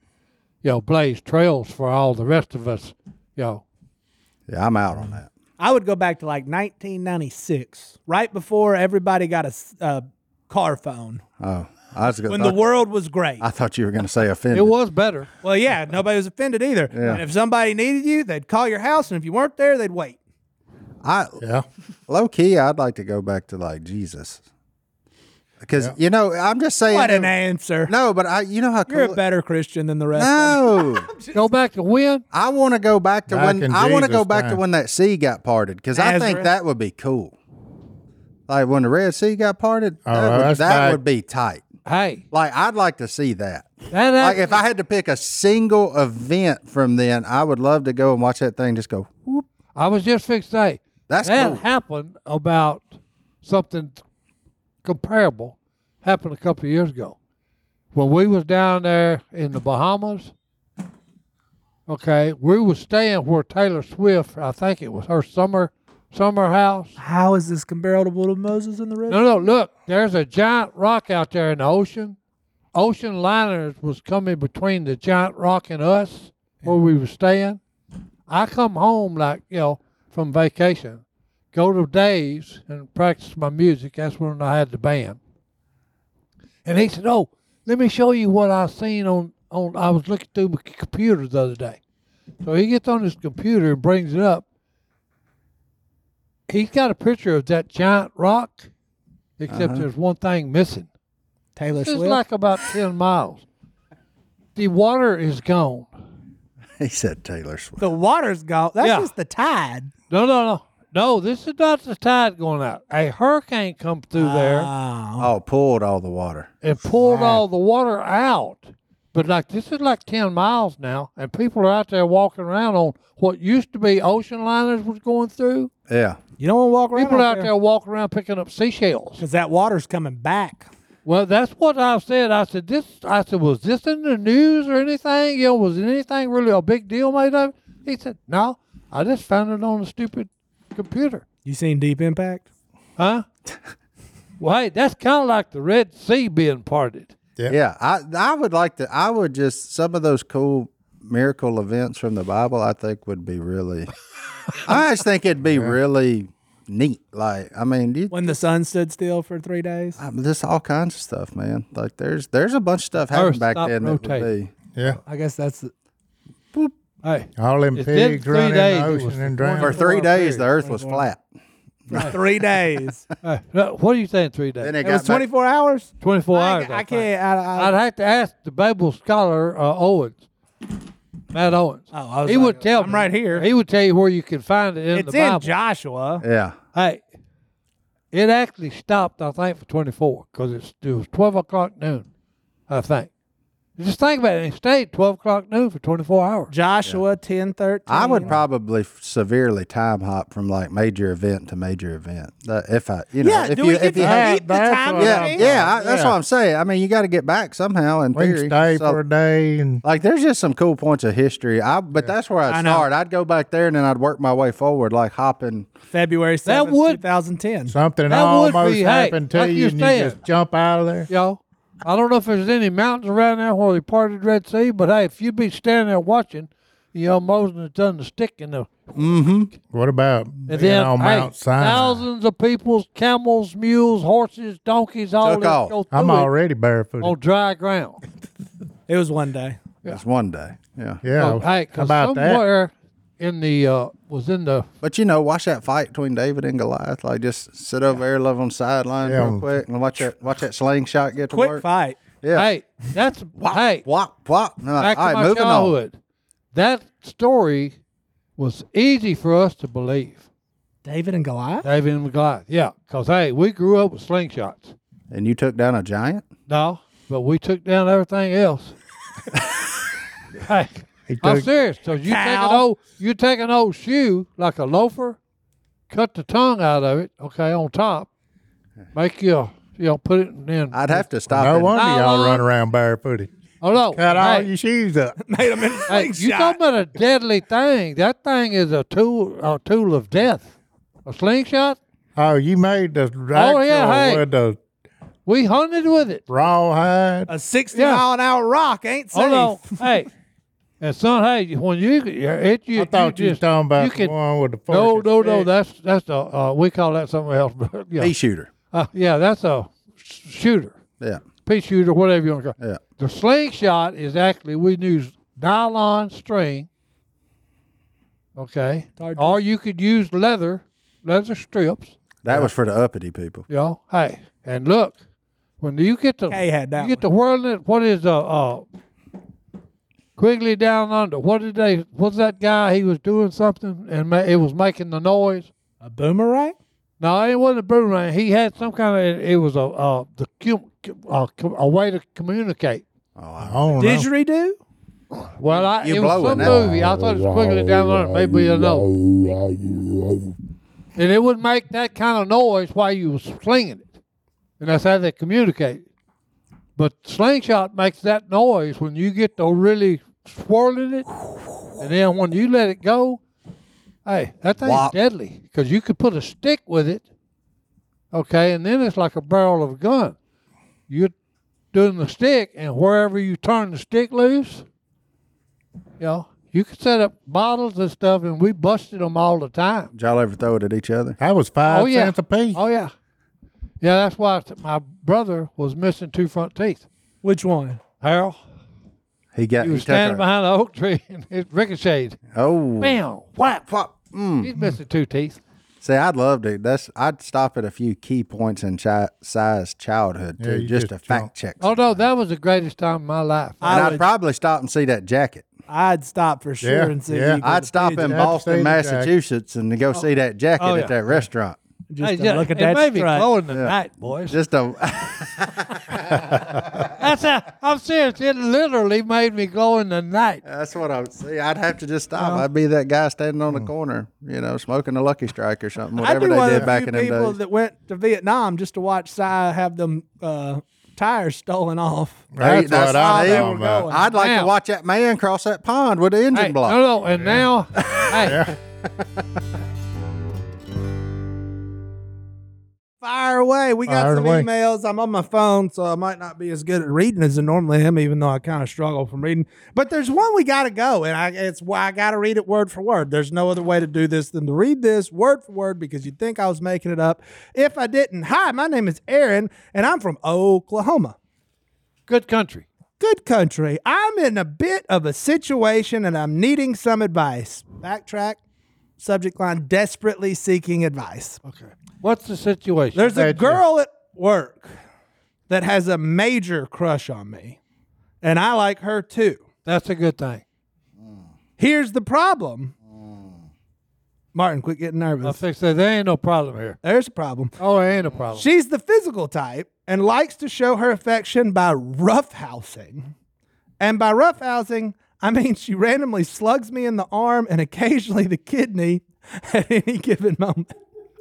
Speaker 1: you know, blaze trails for all the rest of us. You know,
Speaker 2: Yeah, I'm out on that.
Speaker 4: I would go back to like 1996, right before everybody got a s- uh, car phone,
Speaker 2: Oh, I was
Speaker 4: when
Speaker 2: going
Speaker 4: the
Speaker 2: to.
Speaker 4: world was great.
Speaker 2: I thought you were going to say offended.
Speaker 1: it was better.
Speaker 4: Well, yeah, nobody was offended either. And if somebody needed you, they'd call your house, and if you weren't there, they'd wait.
Speaker 2: I
Speaker 3: Yeah.
Speaker 2: low key. I'd like to go back to like Jesus, because you know I'm just saying.
Speaker 4: What an answer!
Speaker 2: no, but I. You know how
Speaker 4: You're a
Speaker 2: cool.
Speaker 4: better Christian than the rest. of
Speaker 2: no.
Speaker 1: Go back to when?
Speaker 2: I want to go back to
Speaker 3: Back
Speaker 2: when
Speaker 3: in
Speaker 2: I want to go
Speaker 3: Jesus'
Speaker 2: back to
Speaker 3: time.
Speaker 2: when that sea got parted because I think
Speaker 4: Nazareth.
Speaker 2: that would be cool. Like when the Red Sea got parted,
Speaker 3: Oh,
Speaker 2: that, would,
Speaker 3: that's
Speaker 2: that
Speaker 3: back-
Speaker 2: would be tight.
Speaker 1: Hey,
Speaker 2: Like I'd like to see that.
Speaker 1: that
Speaker 2: Like if
Speaker 1: actually-
Speaker 2: I had to pick a single event from then, I would love to go and watch that thing just go. Whoop.
Speaker 1: I was just fixed to say
Speaker 2: That's
Speaker 1: that
Speaker 2: cool.
Speaker 1: happened about something comparable happened a couple of years ago when we was down there in the Bahamas. Okay, we was staying where Taylor Swift, I think it was her summer summer house.
Speaker 4: How is this comparable to Moses and the rest?
Speaker 1: No, no, look, there's a giant rock out there in the ocean. Ocean liners was coming between the giant rock and us where we were staying. I come home like, you know, from vacation, go to Dave's and practice my music. That's when I had the band. And he said, Oh, let me show you what I seen on, on I was looking through my c- computer the other day. So he gets on his computer and brings it up. He's got a picture of that giant rock, except there's one thing missing.
Speaker 4: Taylor
Speaker 1: It's
Speaker 4: Swift.
Speaker 1: like about 10 miles. The water is gone.
Speaker 2: He said Taylor Swift.
Speaker 4: the water's gone. That's
Speaker 1: Yeah.
Speaker 4: just the tide.
Speaker 1: No, no, no. No, this is not the tide going out. A hurricane come through there
Speaker 4: Ah,
Speaker 2: Oh, pulled all the water.
Speaker 1: and pulled all the water out. But like this is like ten miles now, and people are out there walking around on what used to be ocean liners was going through.
Speaker 2: Yeah.
Speaker 4: you don't want to walk around
Speaker 1: People are out
Speaker 4: out
Speaker 1: there walking around picking up seashells.
Speaker 4: because that water's coming back.
Speaker 1: Well, that's what I said. I said this. I said, was this in the news or anything? You know, was anything really a big deal made of? it?" He said, no. I just found it on a stupid computer.
Speaker 4: You seen Deep Impact?
Speaker 1: Huh? well, hey, that's kind of like the Red Sea being parted.
Speaker 2: Yeah, I I would like to. I would just some of those cool miracle events from the Bible. I think would be really. I just think it'd be really neat. Like I mean, you,
Speaker 4: When the sun stood still for three days.
Speaker 2: I mean, there's all kinds of stuff, man. Like there's there's a bunch of stuff
Speaker 1: Earth
Speaker 2: happening back
Speaker 1: stop
Speaker 2: then that would
Speaker 1: rotating.
Speaker 2: be.
Speaker 3: Yeah.
Speaker 4: I guess that's the,
Speaker 1: Hey,
Speaker 3: All them
Speaker 1: It's been
Speaker 3: pigs
Speaker 1: three
Speaker 3: running in
Speaker 1: days,
Speaker 3: the
Speaker 1: it
Speaker 3: ocean
Speaker 1: was
Speaker 3: and drowning.
Speaker 2: For three
Speaker 1: Well,
Speaker 2: days, the
Speaker 1: period.
Speaker 2: Earth was flat.
Speaker 4: three days.
Speaker 1: hey, no, what are you saying? Three days?
Speaker 2: Then it,
Speaker 4: It was
Speaker 2: got back,
Speaker 4: 24 hours.
Speaker 1: Twenty-four
Speaker 4: I,
Speaker 1: hours.
Speaker 4: I
Speaker 1: I think.
Speaker 4: can't. I, I,
Speaker 1: I'd have to ask the Bible scholar uh, Owens, Matt Owens.
Speaker 4: oh, I was
Speaker 1: he
Speaker 4: like,
Speaker 1: would tell.
Speaker 4: I'm
Speaker 1: me-
Speaker 4: right here.
Speaker 1: He would tell you where you can find it in
Speaker 4: it's
Speaker 1: the
Speaker 4: in
Speaker 1: Bible.
Speaker 4: Joshua.
Speaker 2: Yeah,
Speaker 1: Hey, it actually stopped, I think, for 24 because it's, it was 12 o'clock noon, I think. Just think about it. It stayed 12 o'clock noon for 24 hours.
Speaker 4: Joshua ten thirteen.
Speaker 2: I would probably f- severely time hop from like major event to major event. That- If I, you know,
Speaker 4: Yeah,
Speaker 2: if
Speaker 4: do
Speaker 2: you,
Speaker 4: we
Speaker 2: if
Speaker 4: get
Speaker 2: you
Speaker 4: to
Speaker 2: have,
Speaker 4: keep the
Speaker 3: that's
Speaker 4: time?
Speaker 3: what
Speaker 2: yeah,
Speaker 4: machine?
Speaker 2: yeah, I, that's
Speaker 3: Yeah.
Speaker 2: what I'm saying. I mean, you got to get back somehow. In
Speaker 3: We
Speaker 2: theory,
Speaker 3: can stay
Speaker 2: So-
Speaker 3: for a day and
Speaker 2: Like there's just some cool points of history. I but that's where I'd
Speaker 4: I know.
Speaker 2: start. I'd go back there and then I'd work my way forward, like hopping.
Speaker 4: February 7th, that
Speaker 1: would-
Speaker 4: would, 2010.
Speaker 3: something
Speaker 1: That would
Speaker 3: almost
Speaker 1: be- hey,
Speaker 3: happened to
Speaker 1: like
Speaker 3: you
Speaker 1: you
Speaker 3: and you
Speaker 1: said.
Speaker 3: just jump out of there.
Speaker 1: Y'all, I don't know if there's any mountains around there where they parted Red Sea, but hey, if you'd be standing there watching, you know, Moses had done the stick in the.
Speaker 3: What about
Speaker 1: And
Speaker 3: being
Speaker 1: then
Speaker 3: on
Speaker 1: hey,
Speaker 3: Mount Sinai?
Speaker 1: thousands of people's camels, mules, horses, donkeys, all
Speaker 2: Took
Speaker 1: this
Speaker 2: off.
Speaker 1: go through
Speaker 3: I'm
Speaker 1: it
Speaker 3: already barefooted.
Speaker 1: on dry ground.
Speaker 4: It was one day.
Speaker 2: It's one day. Yeah.
Speaker 3: yeah.
Speaker 1: So, oh, hey, 'cause
Speaker 3: how about that?
Speaker 1: somewhere in the uh, was in the
Speaker 2: But you know, watch that fight between David and Goliath. Like just sit over there, love on the sideline
Speaker 3: Yeah.
Speaker 2: real quick and watch that watch that slingshot get to
Speaker 4: Quick
Speaker 2: work.
Speaker 4: fight.
Speaker 2: Yeah.
Speaker 1: Hey, that's hey.
Speaker 2: Wop wop. And I'm
Speaker 1: Back
Speaker 2: like, all
Speaker 1: to
Speaker 2: right,
Speaker 1: my
Speaker 2: moving on.
Speaker 1: childhood, that story was easy for us to believe.
Speaker 4: David and Goliath?
Speaker 1: David and Goliath, yeah, because hey, we grew up with slingshots.
Speaker 2: And you took down a giant.
Speaker 1: No, but we took down everything else. hey, I'm
Speaker 3: took-
Speaker 1: serious. So you take an
Speaker 4: Cow.
Speaker 1: old, you take an old shoe like a loafer, cut the tongue out of it. Okay, on top, make you, a- you know, put it in.
Speaker 2: I'd have to stop.
Speaker 3: No
Speaker 2: and-
Speaker 3: wonder y'all
Speaker 1: Nylon.
Speaker 3: run around barefooted.
Speaker 1: oh no,
Speaker 3: Cut all
Speaker 1: hey,
Speaker 3: your shoes up.
Speaker 4: Made him in a
Speaker 1: Hey, you talking
Speaker 4: slingshot.
Speaker 1: about a deadly thing? That thing is a tool, a tool of death. A slingshot.
Speaker 3: Oh, you made the actual
Speaker 1: Oh, yeah, hey.
Speaker 3: with the
Speaker 1: We hunted with it.
Speaker 3: rawhide.
Speaker 4: A 60
Speaker 1: Yeah.
Speaker 4: mile an hour rock ain't safe.
Speaker 1: Hold on, hey, and son, hey, when you it, you
Speaker 3: I thought you,
Speaker 1: you
Speaker 3: was
Speaker 1: just,
Speaker 3: talking about
Speaker 1: you
Speaker 3: the
Speaker 1: can-
Speaker 3: one with the fork
Speaker 1: no,
Speaker 3: and
Speaker 1: no, no.
Speaker 3: stick.
Speaker 1: That's that's a uh, we call that something else. But yeah,
Speaker 2: Pea shooter.
Speaker 1: Uh, yeah, that's a sh- shooter,
Speaker 2: Yeah.
Speaker 1: pea shooter, whatever you want to call. it.
Speaker 2: Yeah.
Speaker 1: The slingshot is actually we use nylon string. Okay,
Speaker 4: hard to-
Speaker 1: or you could use leather, leather strips.
Speaker 2: That was for the uppity people.
Speaker 1: you know, hey, and look, when you get to
Speaker 4: Kay had that
Speaker 1: you get to whirling it, what is uh, uh Quigley down under? What did they? What's that guy? He was doing something, and ma- it was making the noise.
Speaker 4: A boomerang?
Speaker 1: No, it wasn't a boomerang. He had some kind of. It, it was a uh, the cum, cum- uh, cum- a way to communicate.
Speaker 3: Oh, I
Speaker 2: Oh,
Speaker 3: don't know.
Speaker 4: Didgeridoo?
Speaker 1: Well, I,
Speaker 2: You
Speaker 1: it was
Speaker 2: blowing
Speaker 1: some
Speaker 2: that.
Speaker 1: movie. I thought it was Quigley down under. Maybe a note, and it would make that kind of noise while you was slinging it, and that's how they communicate. But slingshot makes that noise when you get to really swirling it, and then when you let it go, hey, that thing's
Speaker 2: Wop.
Speaker 1: deadly because you could put a stick with it, okay, and then it's like a barrel of a gun. You're doing the stick, and wherever you turn the stick loose, you know, you could set up bottles and stuff, and we busted them all the time.
Speaker 2: Did y'all ever throw it at each other?
Speaker 3: That was five
Speaker 1: Oh, yeah.
Speaker 3: cents a piece.
Speaker 1: Oh yeah, yeah. That's why t- my brother was missing two front teeth.
Speaker 4: Which one?
Speaker 1: Harold.
Speaker 2: He got.
Speaker 1: He
Speaker 2: He
Speaker 1: was
Speaker 2: took
Speaker 1: standing
Speaker 2: a-
Speaker 1: behind an oak tree and it ricocheted.
Speaker 2: Oh.
Speaker 1: Bam! Whap!
Speaker 2: Wop. Mm.
Speaker 1: He's missing two teeth.
Speaker 2: See, I'd love to. That's I'd stop at a few key points in chi- size childhood
Speaker 3: Yeah,
Speaker 2: too,
Speaker 3: you
Speaker 2: just,
Speaker 3: just
Speaker 2: to fact check.
Speaker 1: Oh no, that was the greatest time of my life.
Speaker 2: and
Speaker 4: I
Speaker 2: I'd
Speaker 4: would-
Speaker 2: probably stop and see that jacket.
Speaker 4: I'd stop for sure
Speaker 3: Yeah,
Speaker 4: and see. if
Speaker 3: yeah.
Speaker 4: you could
Speaker 2: I'd stop
Speaker 3: You'd
Speaker 2: in
Speaker 3: have to see
Speaker 2: Boston,
Speaker 3: the jacket.
Speaker 2: Massachusetts, and go see that jacket
Speaker 1: Oh, yeah.
Speaker 2: at that restaurant.
Speaker 4: Just
Speaker 1: Hey,
Speaker 4: to
Speaker 1: yeah,
Speaker 4: look at
Speaker 1: it
Speaker 4: that
Speaker 1: may be
Speaker 4: strut.
Speaker 1: glowing tonight, boys.
Speaker 2: Just a
Speaker 1: That's a, I'm serious. It literally made me glow in the night.
Speaker 2: That's what I would see. I'd have to just stop. I'd be that guy standing on the
Speaker 3: Hmm.
Speaker 2: corner, you know, smoking a Lucky Strike or something,
Speaker 4: I'd
Speaker 2: whatever
Speaker 4: be one
Speaker 2: they
Speaker 4: of
Speaker 2: did
Speaker 4: the
Speaker 2: back
Speaker 4: few
Speaker 2: in them
Speaker 4: people
Speaker 2: days.
Speaker 4: that went to Vietnam just to watch Cy have them uh, tires stolen off.
Speaker 3: That's,
Speaker 2: that's
Speaker 3: what
Speaker 2: how
Speaker 3: I'm
Speaker 2: they
Speaker 3: talking
Speaker 2: were
Speaker 3: about.
Speaker 4: going.
Speaker 2: I'd like
Speaker 1: Now-
Speaker 2: to watch that man cross that pond with the engine
Speaker 1: Hey,
Speaker 2: block.
Speaker 1: No, no, and now, hey,
Speaker 4: Fire away. We got
Speaker 3: Fire
Speaker 4: some
Speaker 3: away.
Speaker 4: emails. I'm on my phone, so I might not be as good at reading as I normally am, even though I kind of struggle from reading. But there's one we got to go, and I, it's why I got to read it word for word. There's no other way to do this than to read this word for word because you'd think I was making it up if I didn't. Hi, my name is Aaron, and I'm from Oklahoma.
Speaker 1: good country.
Speaker 4: Good country. I'm in a bit of a situation and I'm needing some advice. Backtrack. Subject line desperately seeking advice.
Speaker 1: Okay. What's the situation?
Speaker 4: There's a
Speaker 3: Gotcha.
Speaker 4: girl at work that has a major crush on me, and I like her too.
Speaker 1: That's a good thing.
Speaker 4: Here's the problem Martin, quit getting
Speaker 1: I
Speaker 4: nervous.
Speaker 1: fix that. There ain't no problem here.
Speaker 4: There's a problem.
Speaker 1: Oh, there ain't a problem.
Speaker 4: She's the physical type and likes to show her affection by roughhousing. And by roughhousing, I mean she randomly slugs me in the arm and occasionally the kidney at any given moment.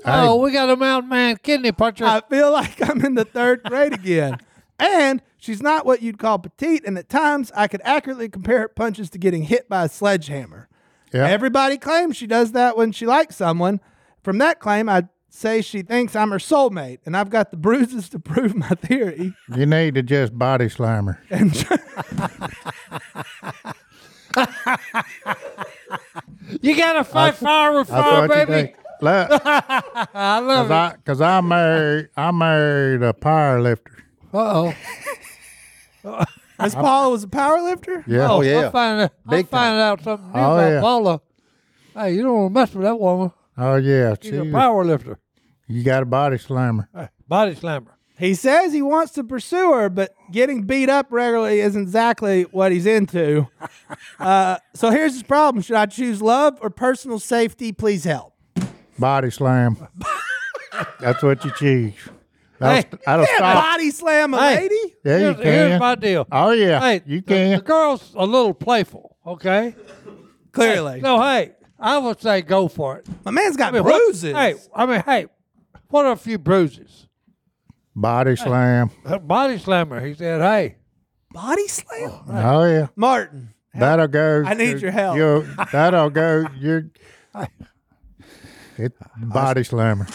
Speaker 1: oh, we got a mountain man kidney puncher.
Speaker 4: I feel like I'm in the third grade again. And she's not what you'd call petite, and at times I could accurately compare her punches to getting hit by a sledgehammer.
Speaker 3: Yeah.
Speaker 4: Everybody claims she does that when she likes someone. From that claim, I'd say she thinks I'm her soulmate, and I've got the bruises to prove my theory.
Speaker 3: You need to just body slam her.
Speaker 1: you got to fight fire with
Speaker 3: That's
Speaker 1: fire,
Speaker 3: what you
Speaker 1: Oh, baby.
Speaker 3: do. Look,
Speaker 1: I love it.
Speaker 3: because I, married, I married a power lifter.
Speaker 1: Uh-oh.
Speaker 4: Miss Paula was a power lifter?
Speaker 3: Yeah.
Speaker 1: Oh,
Speaker 2: yeah.
Speaker 1: I'm finding, I'm
Speaker 2: Big
Speaker 1: finding out something new
Speaker 3: Oh,
Speaker 1: about
Speaker 3: yeah.
Speaker 1: Paula. Hey, you don't want to mess with that woman.
Speaker 3: Oh, yeah.
Speaker 1: She's a
Speaker 3: she-
Speaker 1: power lifter,
Speaker 3: you got a body slammer.
Speaker 1: Hey, body slammer.
Speaker 4: He says he wants to pursue her, but getting beat up regularly isn't exactly what he's into. Uh, so here's his problem: Should I choose love or personal safety? Please help.
Speaker 3: Body slam. That's what you choose. That'll,
Speaker 1: Hey,
Speaker 3: that'll
Speaker 4: Can't
Speaker 3: stop.
Speaker 4: body slam a
Speaker 1: Hey.
Speaker 4: lady.
Speaker 3: Yeah, you
Speaker 1: here's, here's
Speaker 3: can.
Speaker 1: my deal.
Speaker 3: oh, yeah.
Speaker 1: hey,
Speaker 3: you
Speaker 1: the-
Speaker 3: can.
Speaker 1: The, girl's a little playful, okay?
Speaker 4: Clearly,
Speaker 1: No, hey, I would say go for it.
Speaker 4: my man's got
Speaker 1: I mean, what-
Speaker 4: bruises.
Speaker 1: hey, I mean, hey, what are a few bruises?
Speaker 3: body slam.
Speaker 1: A body slammer. He said, hey,
Speaker 4: body slam,
Speaker 3: Oh, yeah.
Speaker 4: Martin.
Speaker 3: That'll go.
Speaker 4: I need your help.
Speaker 3: You'll, that'll go. You're it, body slammer.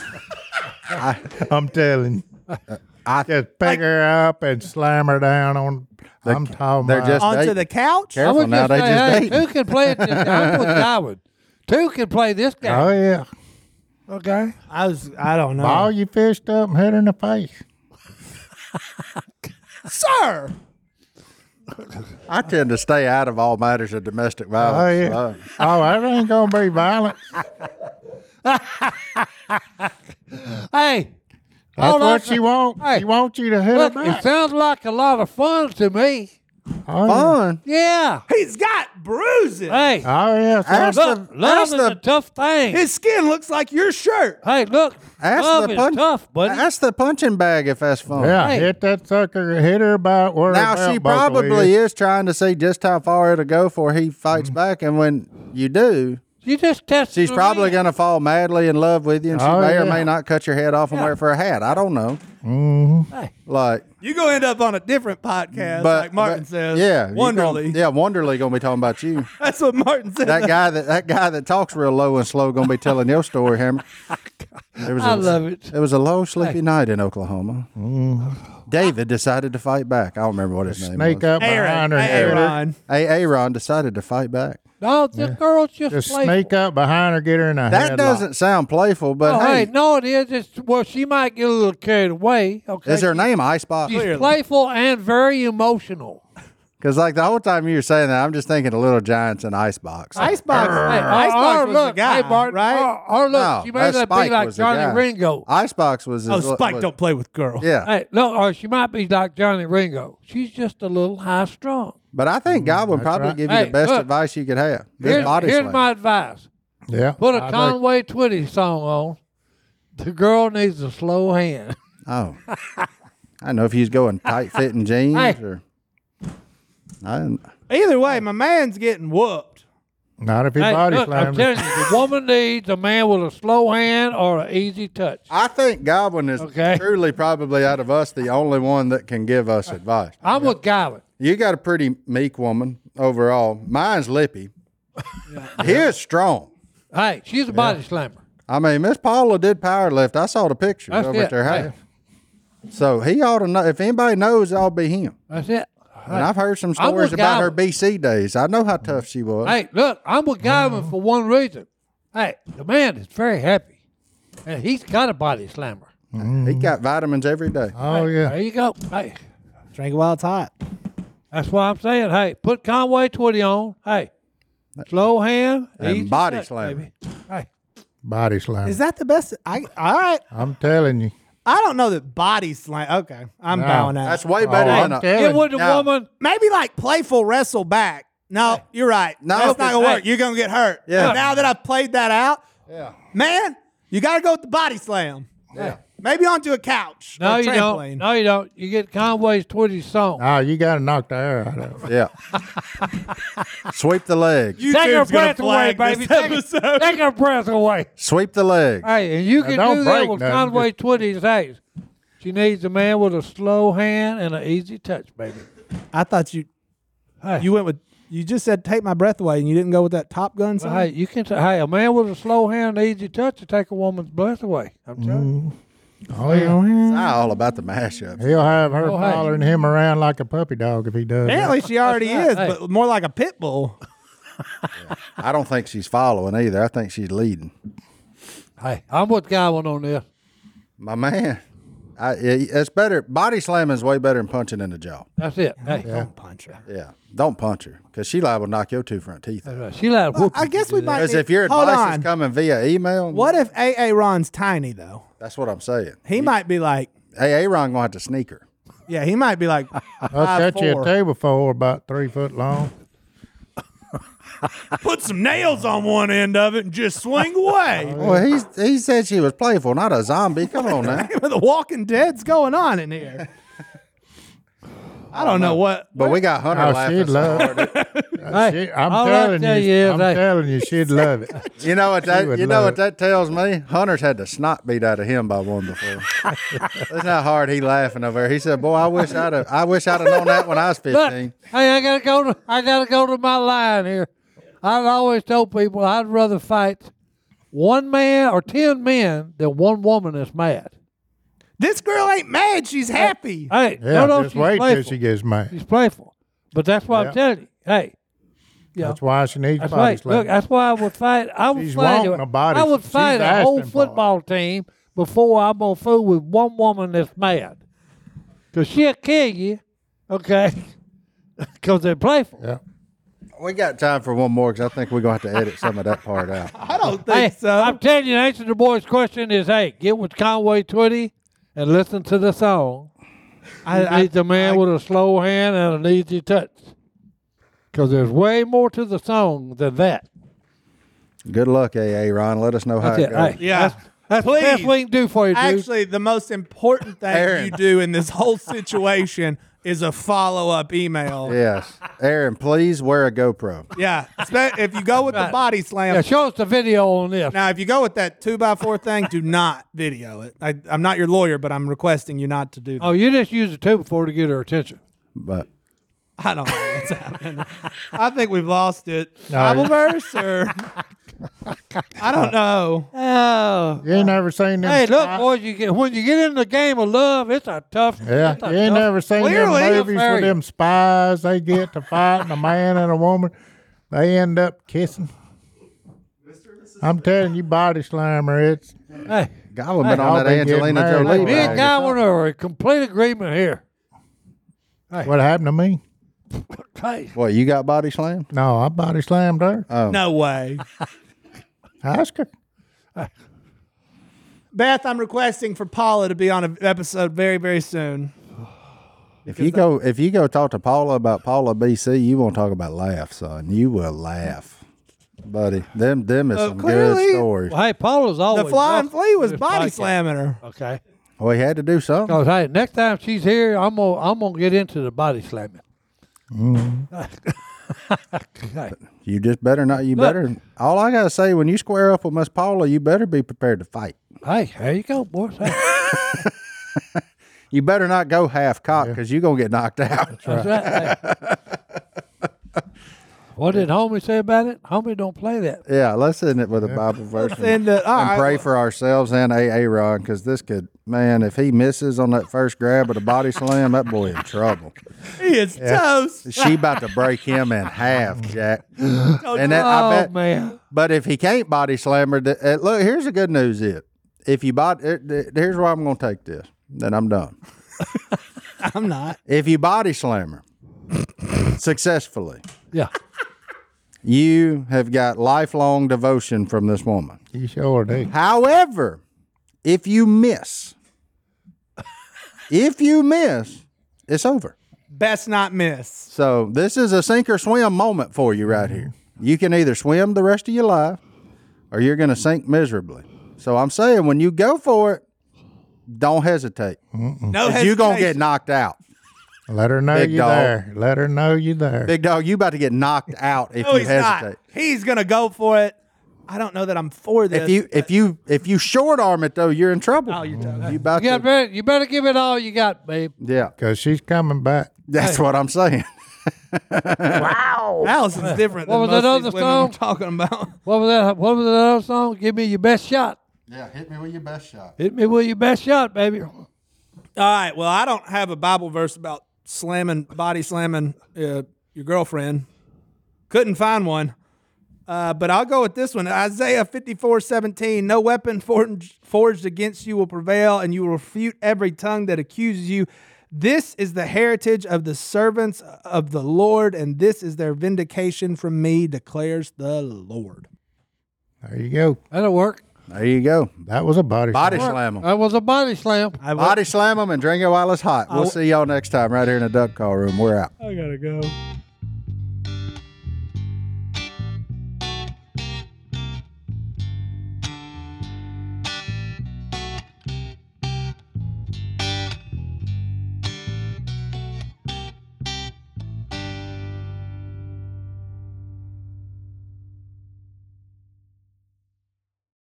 Speaker 3: I'm telling you.
Speaker 2: uh, I-
Speaker 3: just pick her up and slam her down on. I'm talking
Speaker 2: they're
Speaker 3: about.
Speaker 1: Oh,
Speaker 2: just-
Speaker 4: Onto
Speaker 2: They-
Speaker 4: the couch.
Speaker 1: I
Speaker 2: Careful
Speaker 1: would
Speaker 2: now,
Speaker 1: just
Speaker 2: they
Speaker 1: say, hey,
Speaker 2: just
Speaker 1: who
Speaker 2: dating.
Speaker 1: can play it? This, I'm with Godwin. Two can play this
Speaker 3: oh
Speaker 1: guy.
Speaker 3: yeah.
Speaker 1: Okay.
Speaker 4: I was. I don't know,
Speaker 3: Ball you fist up and hit her in the face.
Speaker 4: sir.
Speaker 2: I tend to stay out of all matters of domestic
Speaker 3: Oh
Speaker 2: violence.
Speaker 3: yeah. Oh, that ain't gonna be violent.
Speaker 1: Oh, Hey,
Speaker 3: That's
Speaker 1: Oh,
Speaker 3: what
Speaker 1: that's-
Speaker 3: she want.
Speaker 1: hey.
Speaker 3: She want you to hit
Speaker 1: look,
Speaker 3: her
Speaker 1: it
Speaker 3: back.
Speaker 1: sounds like a lot of fun to me.
Speaker 3: Oh, yeah.
Speaker 2: Fun.
Speaker 1: Yeah.
Speaker 4: He's got bruises.
Speaker 1: Hey,
Speaker 3: Oh yeah. so-
Speaker 2: Ask
Speaker 1: look,
Speaker 2: the,
Speaker 1: love
Speaker 2: ask
Speaker 1: is a
Speaker 2: the,
Speaker 1: tough thing.
Speaker 4: His skin looks like your shirt.
Speaker 1: hey, look,
Speaker 2: ask
Speaker 1: love
Speaker 2: the
Speaker 1: is
Speaker 2: punch,
Speaker 1: tough, buddy.
Speaker 2: ask the punching bag if that's fun.
Speaker 3: yeah.
Speaker 1: Hey.
Speaker 3: Hit that sucker. Hit her about where. her
Speaker 2: Now
Speaker 3: belt
Speaker 2: she
Speaker 3: buckle
Speaker 2: probably
Speaker 3: is.
Speaker 2: is trying to see just how far it'll go before he
Speaker 3: Mm-hmm.
Speaker 2: fights back, and when you do,
Speaker 1: you just test.
Speaker 2: she's probably going to fall madly in love with you, and she
Speaker 3: Oh,
Speaker 2: may or
Speaker 3: yeah.
Speaker 2: may not cut your head off and wear it for a hat. I don't know. Like,
Speaker 4: You gonna end up on a different podcast,
Speaker 2: but
Speaker 4: like Martin
Speaker 2: but-
Speaker 4: says.
Speaker 2: yeah, you
Speaker 4: Wonderly.
Speaker 2: gonna- yeah, Wonderly gonna be talking about you.
Speaker 4: That's what Martin said.
Speaker 2: that guy that that guy that talks real low and slow gonna be telling your story, Hammer. There was
Speaker 1: Oh, I
Speaker 2: a-
Speaker 1: love it.
Speaker 2: It was a long, sleepy night in Oklahoma.
Speaker 3: Mm-hmm.
Speaker 2: David decided to fight back. I don't remember what his name
Speaker 3: Sneak
Speaker 2: was.
Speaker 3: up behind her and hit her.
Speaker 4: Aaron.
Speaker 2: A- Aaron decided to fight back.
Speaker 1: No, the girl's just,
Speaker 3: Just
Speaker 1: playful.
Speaker 3: sneak up behind her, get her in the
Speaker 2: That doesn't sound playful, but
Speaker 1: Oh,
Speaker 2: hey,
Speaker 1: hey, no, it is. It's well, she might get a little carried away. Okay,
Speaker 2: is her name Icebox?
Speaker 1: she's playful and very emotional.
Speaker 2: Because like the whole time you were saying that, I'm just thinking of Little Giants and Icebox.
Speaker 4: Icebox, hey,
Speaker 1: Oh,
Speaker 4: Icebox was
Speaker 1: look,
Speaker 4: the guy,
Speaker 1: hey, Bart,
Speaker 4: right?
Speaker 1: Oh, oh, look,
Speaker 2: No,
Speaker 1: she
Speaker 2: that
Speaker 1: may not be
Speaker 2: Spike
Speaker 1: like
Speaker 2: was the
Speaker 1: Johnny
Speaker 2: guy.
Speaker 1: Ringo.
Speaker 2: Icebox was his
Speaker 4: Oh,
Speaker 2: li-
Speaker 4: Spike
Speaker 2: was-
Speaker 4: don't play with girls.
Speaker 2: Yeah,
Speaker 1: Hey, no, or she might be like Johnny Ringo. She's just a little high strung.
Speaker 2: but I think God would probably
Speaker 3: right.
Speaker 2: give you
Speaker 1: Mm, Hey,
Speaker 2: the best
Speaker 1: look.
Speaker 2: advice you could have. Good
Speaker 1: Here's,
Speaker 2: body
Speaker 1: here's
Speaker 2: slam.
Speaker 1: my advice:
Speaker 3: Yeah.
Speaker 1: put a
Speaker 3: I think-
Speaker 1: Conway Twitty song on. The girl needs a slow hand.
Speaker 2: Oh, I know if he's going tight fitting jeans
Speaker 1: Hey.
Speaker 2: or. I didn't,
Speaker 4: Either way, my man's getting whooped.
Speaker 3: Not if he
Speaker 1: Hey,
Speaker 3: body
Speaker 1: look, I'm
Speaker 3: slams.
Speaker 1: telling
Speaker 3: it.
Speaker 1: you, the woman needs a man with a slow hand or an easy touch.
Speaker 2: I think Godwin is
Speaker 1: Okay.
Speaker 2: truly probably out of us the only one that can give us advice.
Speaker 1: I'm with Gavin.
Speaker 2: You got a pretty meek woman overall. Mine's lippy. He is strong.
Speaker 1: Hey, she's a body slammer.
Speaker 2: I mean, Miss Paula did power lift. I saw the pictures
Speaker 1: That's
Speaker 2: over
Speaker 1: it.
Speaker 2: at their house. So he ought to know. If anybody knows, I'll be him.
Speaker 1: That's it.
Speaker 2: And I've heard some
Speaker 1: I'm with
Speaker 2: stories about her
Speaker 1: Godwin.
Speaker 2: BC days. I know how tough she was.
Speaker 1: Hey, look, I'm with
Speaker 2: Mm-hmm.
Speaker 1: Gavin for one reason. Hey, the man is very happy, and he's got a body slammer.
Speaker 2: He got vitamins every day.
Speaker 3: Oh yeah.
Speaker 1: There you go. Hey,
Speaker 4: Drink it while it's hot.
Speaker 1: that's why I'm saying, hey, put Conway Twitty on. Hey, slow hand
Speaker 2: And
Speaker 1: easy
Speaker 2: body
Speaker 1: touch,
Speaker 2: slammer.
Speaker 1: baby. Hey,
Speaker 3: Body slam.
Speaker 4: Is that the best? I all right.
Speaker 3: I'm telling you.
Speaker 4: I don't know that body slam. Okay, I'm
Speaker 3: No.
Speaker 4: bowing out.
Speaker 2: That's way better
Speaker 3: I'm
Speaker 2: than a.
Speaker 3: telling
Speaker 1: get with the
Speaker 2: now-
Speaker 1: woman.
Speaker 4: Maybe like playful wrestle back. No, you're right.
Speaker 2: No,
Speaker 4: No, that's not gonna
Speaker 1: hey.
Speaker 4: work. You're gonna get hurt.
Speaker 2: Yeah.
Speaker 4: But now that I've played that out, man, you gotta go with the body slam.
Speaker 2: Yeah.
Speaker 4: Maybe onto a couch.
Speaker 1: No,
Speaker 4: or a
Speaker 1: you
Speaker 4: trampoline.
Speaker 1: don't. No, you don't. You get Conway Twitty's song.
Speaker 3: Oh, you got to knock the air out of it.
Speaker 2: Yeah. Sweep the leg.
Speaker 4: YouTube's
Speaker 1: Take your
Speaker 4: gonna
Speaker 1: breath away,
Speaker 4: flag this
Speaker 1: baby. Take,
Speaker 4: episode.
Speaker 1: take your breath away.
Speaker 2: Sweep the leg.
Speaker 1: Hey, and you can
Speaker 3: don't
Speaker 1: do that
Speaker 3: break
Speaker 1: with
Speaker 3: nothing,
Speaker 1: Conway Twitty's ace. She needs a man with a slow hand and an easy touch, baby.
Speaker 4: I thought you
Speaker 1: Hey.
Speaker 4: you went with you just said take my breath away and you didn't go with that Top Gun song.
Speaker 1: Hey, you can say, hey, a man with a slow hand and easy touch to take a woman's breath away. I'm telling you.
Speaker 3: Oh yeah.
Speaker 2: I all about the mashups.
Speaker 3: He'll have her
Speaker 1: Oh, hey.
Speaker 3: following him around like a puppy dog if he does. that.
Speaker 4: Apparently she already
Speaker 1: right.
Speaker 4: is,
Speaker 1: Hey.
Speaker 4: but more like a pit bull.
Speaker 2: I don't think she's following either. I think she's leading.
Speaker 1: Hey, I'm with Godwin on this.
Speaker 2: My man, I, it- it's better. Body slamming is way better than punching in the jaw.
Speaker 1: That's it. Hey,
Speaker 4: Don't punch her.
Speaker 2: Yeah, don't punch her because she liable to knock your two front teeth.
Speaker 1: that's right. she like whoop.
Speaker 4: I guess we might.
Speaker 2: Because
Speaker 4: need-
Speaker 2: if your
Speaker 4: hold
Speaker 2: advice
Speaker 4: on.
Speaker 2: is coming via email,
Speaker 4: What if AA Ron's tiny though?
Speaker 2: That's what I'm saying.
Speaker 4: He might be like,
Speaker 2: Hey, Aaron gonna have to sneak her.
Speaker 4: yeah, he might be like,
Speaker 3: I'll
Speaker 4: five,
Speaker 3: set you a
Speaker 4: four.
Speaker 3: table for about three foot long.
Speaker 4: put some nails on one end of it and just swing away.
Speaker 2: Well, he's he said she was playful, not a zombie. Come on now.
Speaker 4: the Walking Dead's going on in here. I don't
Speaker 2: Oh,
Speaker 4: know what.
Speaker 2: But we got Hunter
Speaker 3: Oh,
Speaker 2: laughing.
Speaker 3: she'd
Speaker 2: so
Speaker 3: love
Speaker 2: hard.
Speaker 1: Hey,
Speaker 3: She- I'm
Speaker 1: all I
Speaker 3: telling
Speaker 1: tell
Speaker 3: you,
Speaker 1: you is
Speaker 3: I'm
Speaker 1: that-
Speaker 3: telling you, she'd love it.
Speaker 2: You know what that
Speaker 3: would
Speaker 2: you know
Speaker 3: love
Speaker 2: what
Speaker 3: it.
Speaker 2: that tells me? Hunter's had the snot beat out of him by one before. That's how hard he laughing over there. He said, Boy, I wish I'd have I wish I'd have known that when I was
Speaker 1: Look,
Speaker 2: fifteen.
Speaker 1: hey, I gotta go to I gotta go to my line here. I've always told people I'd rather fight one man or ten men than one woman that's mad.
Speaker 4: This girl ain't mad. She's happy.
Speaker 1: Hey, no,
Speaker 3: Yeah,
Speaker 1: no,
Speaker 3: just
Speaker 1: she's
Speaker 3: wait
Speaker 1: playful.
Speaker 3: till she gets mad.
Speaker 1: she's playful. But that's why
Speaker 3: Yeah.
Speaker 1: I'm telling you. Hey, yeah,
Speaker 3: That's why she needs
Speaker 1: That's
Speaker 3: body
Speaker 1: right.
Speaker 3: slam.
Speaker 1: Look, that's why I would fight. I would
Speaker 3: She's
Speaker 1: fight.
Speaker 3: wanting a body.
Speaker 1: I would
Speaker 3: She's
Speaker 1: fight a whole
Speaker 3: asking for it.
Speaker 1: football team before I'm gonna fool with one woman that's mad, cause she'll kill you. Okay, cause they're playful.
Speaker 3: yeah.
Speaker 2: We got time for one more because I think we're gonna have to edit some of that part out.
Speaker 4: I don't
Speaker 1: Hey,
Speaker 4: think so.
Speaker 1: I'm telling you, the answer to the boy's question is: Hey, get with Conway Twitty and listen to the song.
Speaker 4: I-
Speaker 1: I,
Speaker 4: I-
Speaker 1: needs a man with a slow hand and an easy touch, cause there's way more to the song than that.
Speaker 2: Good luck, AA Ron. Let us know how
Speaker 1: That's it.
Speaker 2: it goes.
Speaker 1: Hey,
Speaker 4: Yeah.
Speaker 1: that's, that's the best
Speaker 4: Please.
Speaker 1: we can do for you, dude.
Speaker 4: Actually, the most important thing
Speaker 2: Aaron.
Speaker 4: you do in this whole situation is a follow up email. Yeah.
Speaker 2: Yes. Aaron, please wear a GoPro.
Speaker 4: Spe- If you go with the body slam,
Speaker 1: yeah, show us the video on this.
Speaker 4: Now, if you go with that two by four thing, do not video it. I, I'm not your lawyer, but I'm requesting you not to do that.
Speaker 1: Oh, you just used a two before to get her attention.
Speaker 2: But
Speaker 4: I don't know what's happening. I think we've lost it.
Speaker 3: No,
Speaker 4: Bible verse or I don't know.
Speaker 1: Oh.
Speaker 3: You ain't never seen them.
Speaker 1: Hey, look,
Speaker 3: spy-
Speaker 1: boys, you get, when you get in the game of love, it's a tough
Speaker 3: Yeah,
Speaker 1: it's a
Speaker 3: you ain't
Speaker 1: tough-
Speaker 3: never seen
Speaker 1: Clearly,
Speaker 3: them
Speaker 1: it's
Speaker 3: movies
Speaker 1: very-
Speaker 3: with them spies they get to fighting a man and a woman. They end up kissing. I'm telling you, body slammer, it's
Speaker 1: Hey,
Speaker 2: God would have been
Speaker 3: I'll
Speaker 2: on that
Speaker 3: be getting
Speaker 2: Angelina
Speaker 3: married
Speaker 2: Jolie.
Speaker 1: me and
Speaker 2: ride.
Speaker 1: Guy are in complete agreement here.
Speaker 3: what happened to me.
Speaker 1: Hey,
Speaker 2: What you got body slammed?
Speaker 3: No, I body slammed her.
Speaker 2: Uh,
Speaker 4: No way.
Speaker 3: Ask her.
Speaker 4: Beth, I'm requesting for Paula to be on an episode very, very soon.
Speaker 2: If you go, if you go talk to Paula about Paula BC, you won't talk about laugh, son. You will laugh, buddy. Them, them is
Speaker 3: Oh,
Speaker 4: Uh,
Speaker 2: some
Speaker 4: clearly-
Speaker 2: good stories.
Speaker 1: well, hey, Paula's
Speaker 4: The
Speaker 1: always
Speaker 4: flying
Speaker 1: welcome
Speaker 4: flea
Speaker 1: to
Speaker 4: was
Speaker 1: this
Speaker 4: body
Speaker 1: podcast.
Speaker 4: slamming her.
Speaker 1: Okay.
Speaker 2: Well, he had to do something.
Speaker 1: Cause hey, next time she's here, I'm gonna I'm gonna get into the body slamming.
Speaker 4: Mm-hmm.
Speaker 2: You just better not. You better. All I gotta say, when you square up with Miss Paula, you better be prepared to fight.
Speaker 1: Hey, there you go, boys. Hey,
Speaker 2: You better not go half cocked because you're gonna get knocked out.
Speaker 1: that's right. Hey. What did homie say about it? Homie, don't play that.
Speaker 2: yeah, let's end it with a Bible verse. and-
Speaker 4: And, uh, all
Speaker 2: and
Speaker 4: right,
Speaker 2: pray for ourselves and AA Ron because this could, man, if he misses on that first grab with a body slam, that boy in trouble.
Speaker 4: he is toast.
Speaker 2: She about to break him in half, Jack. And that,
Speaker 1: oh
Speaker 2: I bet.
Speaker 1: man,
Speaker 2: But if he can't body slam her, th- uh, look, here's the good news: it if you body, uh, th- here's where I'm going to take this. Then I'm done.
Speaker 4: I'm not.
Speaker 2: If you body slam her successfully,
Speaker 1: yeah.
Speaker 2: you have got lifelong devotion from this woman.
Speaker 3: You sure do.
Speaker 2: However, if you miss, if you miss, it's over.
Speaker 4: Best not miss.
Speaker 2: So this is a sink or swim moment for you right here. You can either swim the rest of your life or you're going to sink miserably. So I'm saying when you go for it, don't hesitate.
Speaker 4: No
Speaker 2: You're going to get
Speaker 4: hesitation.
Speaker 2: knocked out.
Speaker 3: Let her know
Speaker 2: Big
Speaker 3: you
Speaker 2: dog.
Speaker 3: there. Let her know you there.
Speaker 2: Big dog, you about to get knocked out if
Speaker 4: No,
Speaker 2: you
Speaker 4: he's
Speaker 2: hesitate.
Speaker 4: not. He's gonna go for it. I don't know that I'm for this.
Speaker 2: If you if you if you short arm it though, you're in trouble.
Speaker 4: Oh, you're toast.
Speaker 2: you about
Speaker 1: You, got
Speaker 2: to,
Speaker 1: better, you better give it all you got, babe.
Speaker 2: yeah,
Speaker 3: Because she's coming back.
Speaker 2: that's what I'm saying.
Speaker 4: Allison's different.
Speaker 1: What was
Speaker 4: than
Speaker 1: that
Speaker 4: most of these
Speaker 1: other
Speaker 4: women
Speaker 1: song?
Speaker 4: I'm talking about?
Speaker 1: What was that? What was that other song? Give me your best shot.
Speaker 2: Yeah, hit me with your best shot.
Speaker 1: Hit me with your best shot, baby.
Speaker 4: All right. Well, I don't have a Bible verse about slamming, body slamming uh, your girlfriend. Couldn't find one. Uh, but I'll go with this one Isaiah fifty-four seventeen. No weapon forged, forged against you will prevail, and you will refute every tongue that accuses you. This is the heritage of the servants of the Lord, and this is their vindication from me, declares the Lord.
Speaker 3: There you go.
Speaker 1: That'll work.
Speaker 2: There you go.
Speaker 3: That was a body.
Speaker 2: Body
Speaker 3: slam.
Speaker 2: slam 'em.
Speaker 1: That was a body slam.
Speaker 4: I will-
Speaker 2: Body slam them and drink it while it's hot. We'll
Speaker 4: w-
Speaker 2: see y'all next time right here in the duck call room. We're out.
Speaker 5: I gotta go.